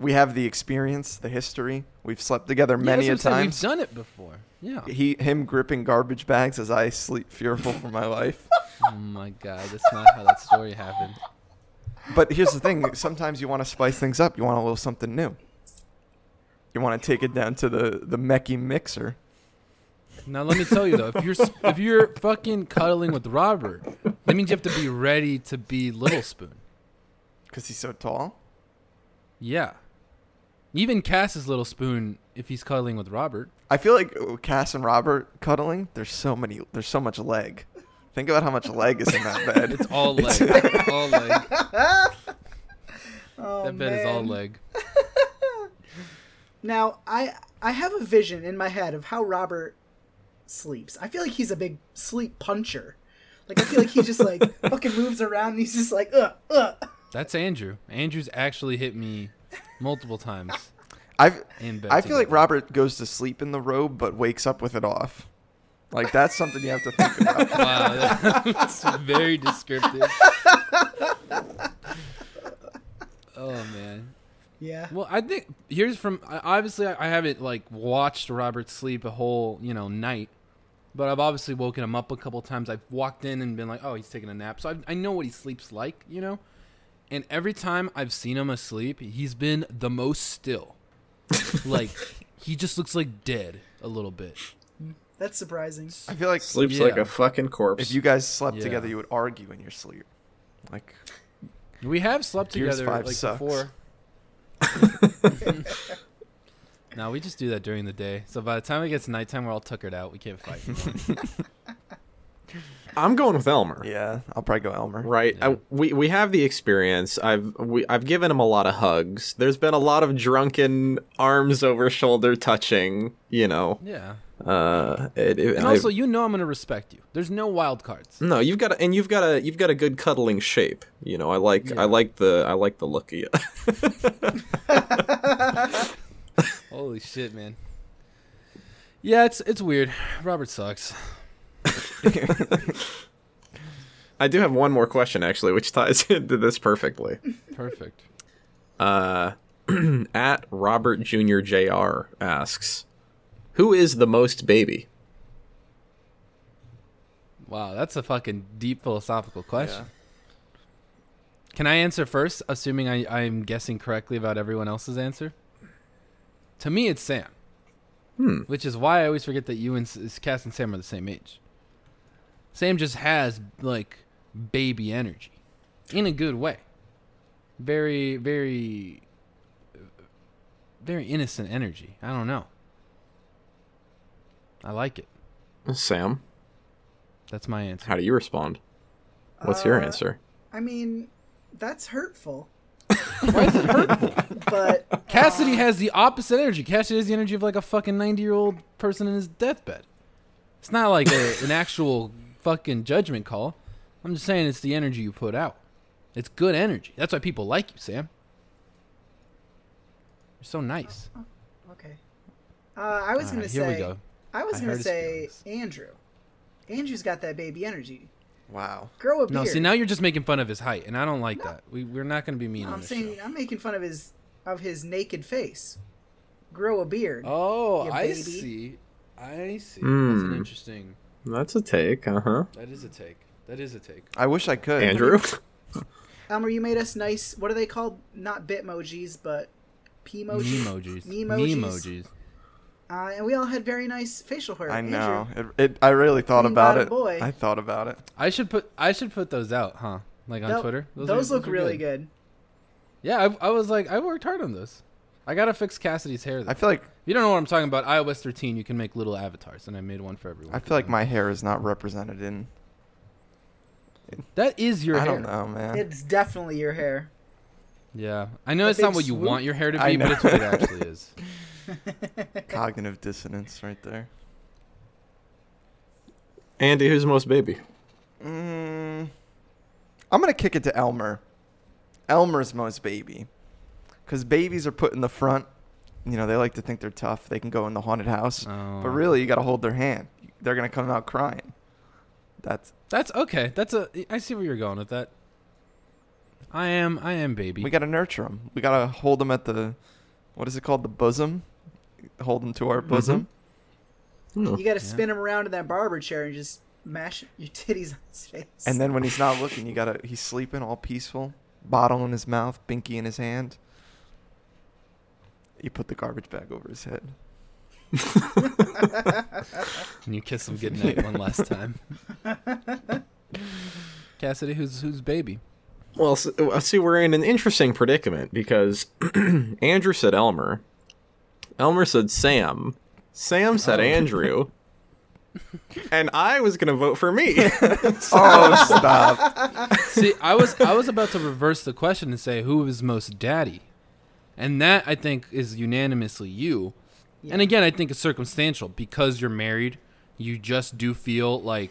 [SPEAKER 2] We have the experience, the history. We've slept together
[SPEAKER 1] Yeah,
[SPEAKER 2] many a
[SPEAKER 1] that's what I'm
[SPEAKER 2] time.
[SPEAKER 1] saying. We've done it before. Yeah.
[SPEAKER 2] He, him gripping garbage bags as I sleep, fearful for my life.
[SPEAKER 1] Oh my god, that's not how that story happened.
[SPEAKER 2] But here's the thing: sometimes you want to spice things up. You want a little something new. You want to take it down to the the Mecky mixer.
[SPEAKER 1] Now let me tell you though, if you're s- if you're fucking cuddling with Robert, that means you have to be ready to be Little Spoon.
[SPEAKER 2] Because he's so tall.
[SPEAKER 1] Yeah. Even Cass is Little Spoon if he's cuddling with Robert.
[SPEAKER 2] I feel like uh, Cass and Robert cuddling. There's so many. There's so much leg. Think about how much leg is in that bed.
[SPEAKER 1] It's all leg. all leg.
[SPEAKER 2] Oh,
[SPEAKER 1] that bed is all
[SPEAKER 4] man.
[SPEAKER 1] leg.
[SPEAKER 4] Now, I I have a vision in my head of how Robert sleeps. I feel like he's a big sleep puncher. Like I feel like he just like fucking moves around and he's just like uh uh.
[SPEAKER 1] That's Andrew. Andrew's actually hit me multiple times.
[SPEAKER 2] I've,
[SPEAKER 1] In bed
[SPEAKER 2] I feel like
[SPEAKER 1] together.
[SPEAKER 2] Robert goes to sleep in the robe but wakes up with it off. Like that's something you have to think about.
[SPEAKER 1] Wow, that's very descriptive. Oh man.
[SPEAKER 4] Yeah.
[SPEAKER 1] Well, I think here's from I- obviously I I haven't like watched Robert sleep a whole you know night, but I've obviously woken him up a couple times. I've walked in and been like, oh, he's taking a nap, so I, I know what he sleeps like, you know. And every time I've seen him asleep, he's been the most still. like he just looks like dead a little bit.
[SPEAKER 4] That's surprising.
[SPEAKER 2] I feel like
[SPEAKER 3] Sleeps
[SPEAKER 1] Yeah.
[SPEAKER 3] like a fucking corpse.
[SPEAKER 2] if you guys slept
[SPEAKER 1] Yeah.
[SPEAKER 2] together, you would argue in your sleep. Like
[SPEAKER 1] We have slept
[SPEAKER 2] Gears
[SPEAKER 1] together
[SPEAKER 2] five
[SPEAKER 1] like
[SPEAKER 2] sucks.
[SPEAKER 1] before. no, we just do that during the day. So by the time it gets nighttime, we're all tuckered out. We can't fight. anymore.
[SPEAKER 3] I'm going with Elmer.
[SPEAKER 2] yeah, I'll probably go Elmer.
[SPEAKER 3] Right. I, we we have the experience. I've we, I've given him a lot of hugs. There's been a lot of drunken arms over shoulder touching. You know.
[SPEAKER 1] yeah.
[SPEAKER 3] Uh. It, it-
[SPEAKER 1] And
[SPEAKER 3] I-
[SPEAKER 1] also, you know I'm gonna respect you. There's no wild cards.
[SPEAKER 3] no, you've got a, and you've got a you've got a good cuddling shape. You know. I like I like the I like the look of you.
[SPEAKER 1] Holy shit, man. Yeah, it's it's weird. Robert sucks.
[SPEAKER 3] I do have one more question actually, which ties into this perfectly.
[SPEAKER 1] Perfect.
[SPEAKER 3] At Robert Junior Jr. asks, "Who is the most baby?"
[SPEAKER 1] Wow, that's a fucking deep philosophical question. Can I answer first, assuming I, I'm guessing correctly about everyone else's answer? To me, it's Sam. Hmm. Which is why I always forget that you and S- Cass and Sam are the same age. Sam just has, like, baby energy in a good way. Very, very, very innocent energy. I don't know. I like it.
[SPEAKER 3] Sam,
[SPEAKER 1] That's my answer.
[SPEAKER 3] how do you respond? What's your answer?
[SPEAKER 4] I mean, that's hurtful. Why is it hurtful? But
[SPEAKER 1] Cassidy has the opposite energy. Cassidy has the energy of like a fucking 90 year old person in his deathbed. It's not like a, an actual fucking judgment call. I'm just saying it's the energy you put out. It's good energy. That's why people like you, Sam. You're so nice.
[SPEAKER 4] okay. Uh, I was
[SPEAKER 1] All
[SPEAKER 4] gonna
[SPEAKER 1] right,
[SPEAKER 4] say.
[SPEAKER 1] here we go.
[SPEAKER 4] I was
[SPEAKER 1] I
[SPEAKER 4] gonna
[SPEAKER 1] hurt his
[SPEAKER 4] say
[SPEAKER 1] feelings.
[SPEAKER 4] Andrew. Andrew's got that baby energy.
[SPEAKER 2] Wow.
[SPEAKER 4] Grow a beard.
[SPEAKER 1] No, see now you're just making fun of his height, and I don't like that. We we're not going to be mean
[SPEAKER 4] No,
[SPEAKER 1] on
[SPEAKER 4] I'm
[SPEAKER 1] this
[SPEAKER 4] saying
[SPEAKER 1] show.
[SPEAKER 4] I'm making fun of his of his naked face. Grow a beard.
[SPEAKER 1] Oh,
[SPEAKER 4] you
[SPEAKER 1] I
[SPEAKER 4] baby.
[SPEAKER 1] see. I see. That's an
[SPEAKER 3] Mm.
[SPEAKER 1] interesting.
[SPEAKER 3] That's a take, uh huh.
[SPEAKER 1] That is a take. That is a take.
[SPEAKER 2] I wish I could.
[SPEAKER 3] Andrew?
[SPEAKER 4] Elmer, you made us nice. What are they called? Not bitmojis, but pmojis.
[SPEAKER 1] Memojis.
[SPEAKER 4] Memojis.
[SPEAKER 1] Memojis.
[SPEAKER 4] Uh, and we all had very nice facial hair.
[SPEAKER 2] I
[SPEAKER 4] Andrew,
[SPEAKER 2] know. It, it, I really thought
[SPEAKER 4] Green
[SPEAKER 2] about
[SPEAKER 4] bottom
[SPEAKER 2] it.
[SPEAKER 4] boy.
[SPEAKER 2] I thought about it.
[SPEAKER 1] I should put I should put those out, huh? Like on
[SPEAKER 4] tho-
[SPEAKER 1] Twitter.
[SPEAKER 4] Those,
[SPEAKER 1] are-
[SPEAKER 4] look
[SPEAKER 1] are
[SPEAKER 4] really good.
[SPEAKER 1] Yeah, I, I was like, I worked hard on this. I gotta fix Cassidy's hair. Though.
[SPEAKER 2] I feel like
[SPEAKER 1] If you don't know what I'm talking about. iOS 13, you can make little avatars, and I made one for everyone.
[SPEAKER 2] I feel like my hair is not represented in.
[SPEAKER 1] that is your
[SPEAKER 2] I
[SPEAKER 1] hair.
[SPEAKER 2] don't know, man.
[SPEAKER 4] It's definitely your hair.
[SPEAKER 1] Yeah, I know
[SPEAKER 4] The
[SPEAKER 1] it's not
[SPEAKER 4] big
[SPEAKER 1] what you
[SPEAKER 4] swoop?
[SPEAKER 1] want your hair to
[SPEAKER 2] I
[SPEAKER 1] be, but
[SPEAKER 2] know.
[SPEAKER 1] it's what it actually is.
[SPEAKER 2] Cognitive dissonance, right there.
[SPEAKER 3] Andy, who's the most baby?
[SPEAKER 2] Mm, I'm gonna kick it to Elmer. Elmer's most baby, because babies are put in the front. You know, they like to think they're tough. They can go in the haunted house,
[SPEAKER 1] Oh.
[SPEAKER 2] but really, you gotta hold their hand. They're gonna come out crying. That's
[SPEAKER 1] That's okay. That's a. I see where you're going with that. I am. I am baby.
[SPEAKER 2] we gotta nurture them. We gotta hold them at the, what is it called, the bosom? Hold them to our bosom.
[SPEAKER 3] Hmm.
[SPEAKER 4] You got to
[SPEAKER 1] Yeah.
[SPEAKER 4] spin him around in that barber chair and just mash your titties on his face.
[SPEAKER 2] And then when he's not looking, you gotta he's sleeping all peaceful, bottle in his mouth, binky in his hand. You put the garbage bag over his head.
[SPEAKER 1] and you kiss him goodnight one last time. Cassidy, who's who's baby?
[SPEAKER 3] Well, s- uh, see, we're in an interesting predicament because Andrew said Elmer. Elmer said Sam. Sam said Andrew. and I was going to vote for me.
[SPEAKER 2] Oh stop.
[SPEAKER 1] See, I was I was about to reverse the question and say who is most daddy, and that I think is unanimously you. And again, I think it's circumstantial because you're married. You just do feel like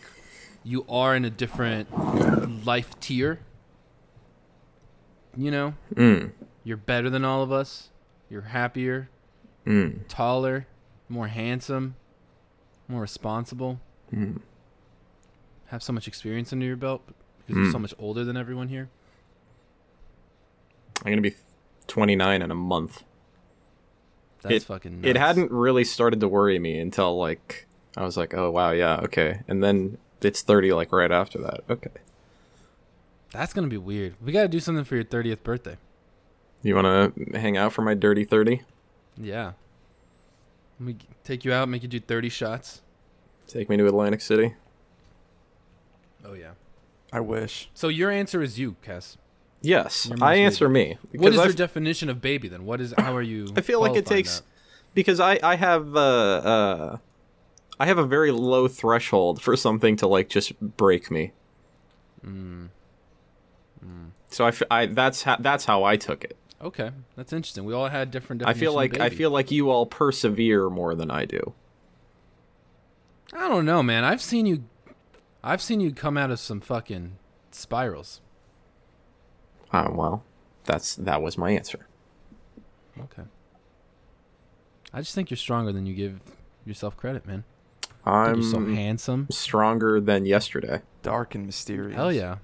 [SPEAKER 1] you are in a different life tier. You know,
[SPEAKER 3] Hmm,
[SPEAKER 1] you're better than all of us. You're happier,
[SPEAKER 3] hmm.
[SPEAKER 1] taller, more handsome, more responsible. Have so much experience under your belt because you're so much older than everyone here.
[SPEAKER 3] I'm going to be 29 in a month.
[SPEAKER 1] That's
[SPEAKER 3] it,
[SPEAKER 1] fucking.
[SPEAKER 3] It
[SPEAKER 1] nuts.
[SPEAKER 3] hadn't really started to worry me until, like, I was like, oh, wow, yeah, okay. And then it's 30, like, right after that. Okay.
[SPEAKER 1] That's gonna be weird. We gotta do something for your thirtieth birthday.
[SPEAKER 3] You want to hang out for my dirty 30?
[SPEAKER 1] Yeah. Let me g- take you out, make you do 30 shots.
[SPEAKER 3] Take me to Atlantic City?
[SPEAKER 1] Oh, yeah.
[SPEAKER 2] I wish.
[SPEAKER 1] So your answer is you, Cass.
[SPEAKER 3] Yes.
[SPEAKER 1] Your most
[SPEAKER 3] I answer me.
[SPEAKER 1] What
[SPEAKER 3] because
[SPEAKER 1] is your
[SPEAKER 3] I've-
[SPEAKER 1] definition of baby then? What is, how are you?
[SPEAKER 3] I feel like
[SPEAKER 1] qualifying
[SPEAKER 3] it takes
[SPEAKER 1] that?
[SPEAKER 3] because I I have uh, uh I have a very low threshold for something to like just break me.
[SPEAKER 1] Hmm.
[SPEAKER 3] So I, f- I that's how that's how I took it.
[SPEAKER 1] Okay. That's interesting. We all had different
[SPEAKER 3] I
[SPEAKER 1] definitions.
[SPEAKER 3] feel like
[SPEAKER 1] of
[SPEAKER 3] I
[SPEAKER 1] baby.
[SPEAKER 3] feel like you all persevere more than I do.
[SPEAKER 1] I don't know, man. I've seen you. I've seen you come out of some fucking spirals.
[SPEAKER 3] Oh, well, that's that was my answer.
[SPEAKER 1] Okay. I just think you're stronger than you give yourself credit, man. I
[SPEAKER 3] I'm
[SPEAKER 1] think you're so handsome.
[SPEAKER 3] stronger than yesterday.
[SPEAKER 2] Dark and mysterious.
[SPEAKER 1] Hell yeah.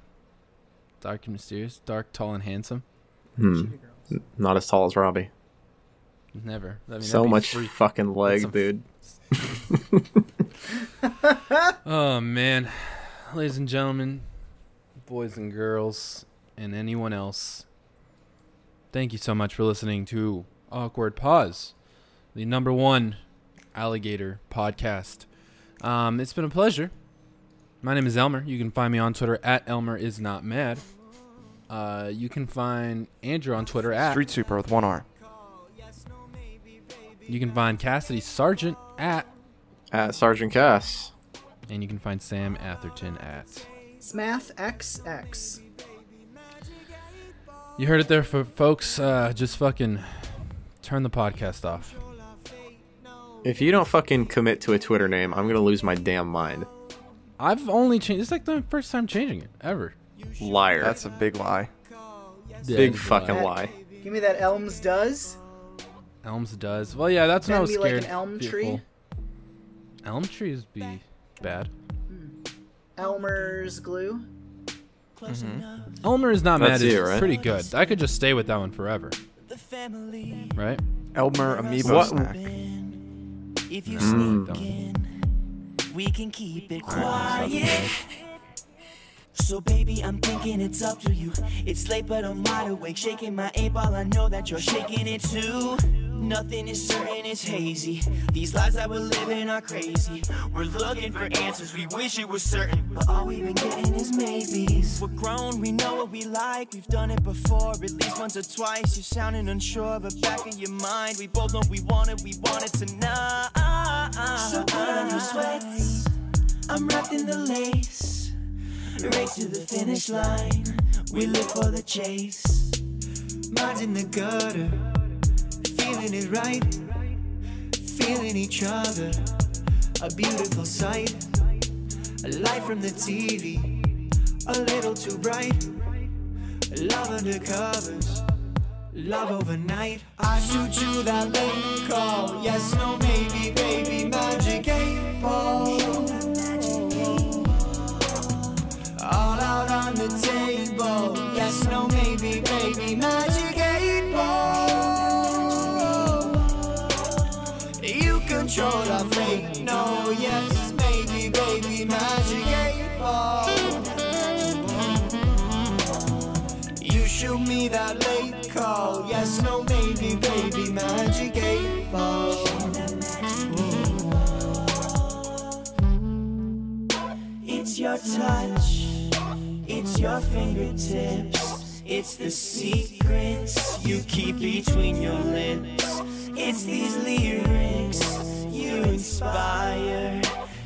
[SPEAKER 1] Dark and mysterious. Dark, tall, and handsome.
[SPEAKER 3] Hmm.
[SPEAKER 2] hmm.
[SPEAKER 3] Not as tall as Robbie.
[SPEAKER 1] Never. I mean,
[SPEAKER 3] so
[SPEAKER 1] that'd be
[SPEAKER 3] much
[SPEAKER 1] freak-
[SPEAKER 3] fucking leg,
[SPEAKER 1] some f-
[SPEAKER 3] dude.
[SPEAKER 1] Oh man, ladies and gentlemen, boys and girls, and anyone else, thank you so much for listening to Awkward Pause, the number one alligator podcast. Um, it's been a pleasure. My name is Elmer. You can find me on Twitter at Elmer is not mad. Uh, you can find Andrew on Twitter at
[SPEAKER 2] Street sweeper with one arm.
[SPEAKER 1] You can find Cassidy Sargent at,
[SPEAKER 3] At Sergeant Cass.
[SPEAKER 1] and you can find Sam Atherton at.
[SPEAKER 4] Smath XX.
[SPEAKER 1] You heard it there, for folks. Uh, just fucking turn the podcast off.
[SPEAKER 3] If you don't fucking commit to a Twitter name, I'm gonna lose my damn mind.
[SPEAKER 1] I've only changed. It's like the first time changing it ever.
[SPEAKER 3] Liar.
[SPEAKER 2] That's a big lie.
[SPEAKER 3] Big
[SPEAKER 1] Yeah,
[SPEAKER 3] fucking
[SPEAKER 1] uh,
[SPEAKER 3] lie.
[SPEAKER 4] Give me that Elms does.
[SPEAKER 1] Elms does. Well, yeah, that's when I
[SPEAKER 4] That'd
[SPEAKER 1] was
[SPEAKER 4] be like
[SPEAKER 1] scared.
[SPEAKER 4] an elm
[SPEAKER 1] fearful.
[SPEAKER 4] tree?
[SPEAKER 1] Elm trees be bad.
[SPEAKER 4] Elmer's glue.
[SPEAKER 1] Elmer is not
[SPEAKER 3] That's
[SPEAKER 1] mad.
[SPEAKER 3] you,
[SPEAKER 1] It's
[SPEAKER 3] right?
[SPEAKER 1] pretty good. I could just stay with that one forever,
[SPEAKER 5] the family.
[SPEAKER 1] right?
[SPEAKER 2] Elmer Amiibo
[SPEAKER 3] What-
[SPEAKER 2] snack.
[SPEAKER 5] If you
[SPEAKER 1] Dumb.
[SPEAKER 3] Hmm.
[SPEAKER 5] sneak in, we can keep it quiet. So baby, I'm thinking it's up to you. It's late, but I'm wide awake, shaking my eight ball. I know that you're shaking it too. Nothing is certain, it's hazy. These lives that we're living are crazy. We're looking for answers, we wish it was certain, but all we've been getting is maybes. We're grown, we know what we like. We've done it before, at least once or twice. You're sounding unsure, but back in your mind, we both know we want it. We want it tonight. So put on your sweats. I'm wrapped in the lace. Race to the finish line. We live for the chase. Minds in the gutter. Feeling it right. Feeling each other. A beautiful sight. A light from the TV. A little too bright. Love under covers. Love overnight. I shoot you that late call. Yes, no, maybe, baby, magic eight ball. All out on the table. Yes, no, maybe, baby, magic eight ball. You control our fate. No, yes, maybe, baby, magic eight ball. You shoot me that late call. Yes, no, maybe, baby, magic eight ball. It's your touch. It's your fingertips. It's the secrets you keep between your lips. It's these lyrics you inspire.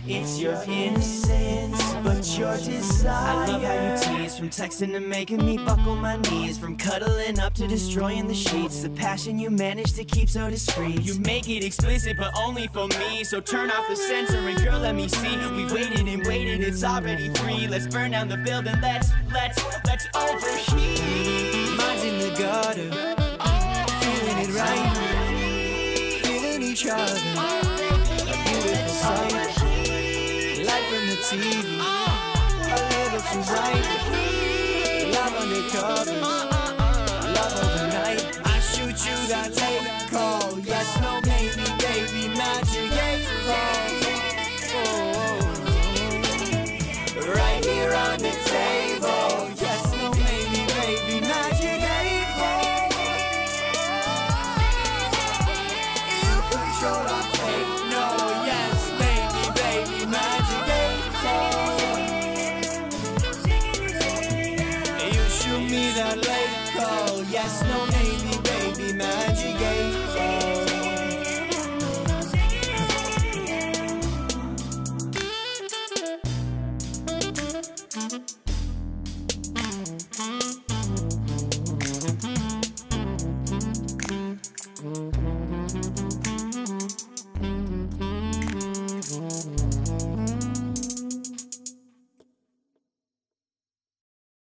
[SPEAKER 5] It's your innocence, but your desire. I love how you tease from texting to making me buckle my knees. From cuddling up to destroying the sheets. The passion you manage to keep so discreet. You make it explicit, but only for me. So turn off the sensor and girl, let me see. We waited and waited, it's already three. Let's burn down the building, let's, let's, let's overheat. Minds in the gutter, feeling it right. Feeling each other, a beautiful sight. Light from the TV, a little too bright. Love undercover, love overnight. I shoot you that late call. Yes, no, maybe, baby, magic eight ball. Oh, right here on the table. Yes, no, maybe, baby, magic eight ball. You control our fate. No, yes, maybe, baby, magic. oh, eh,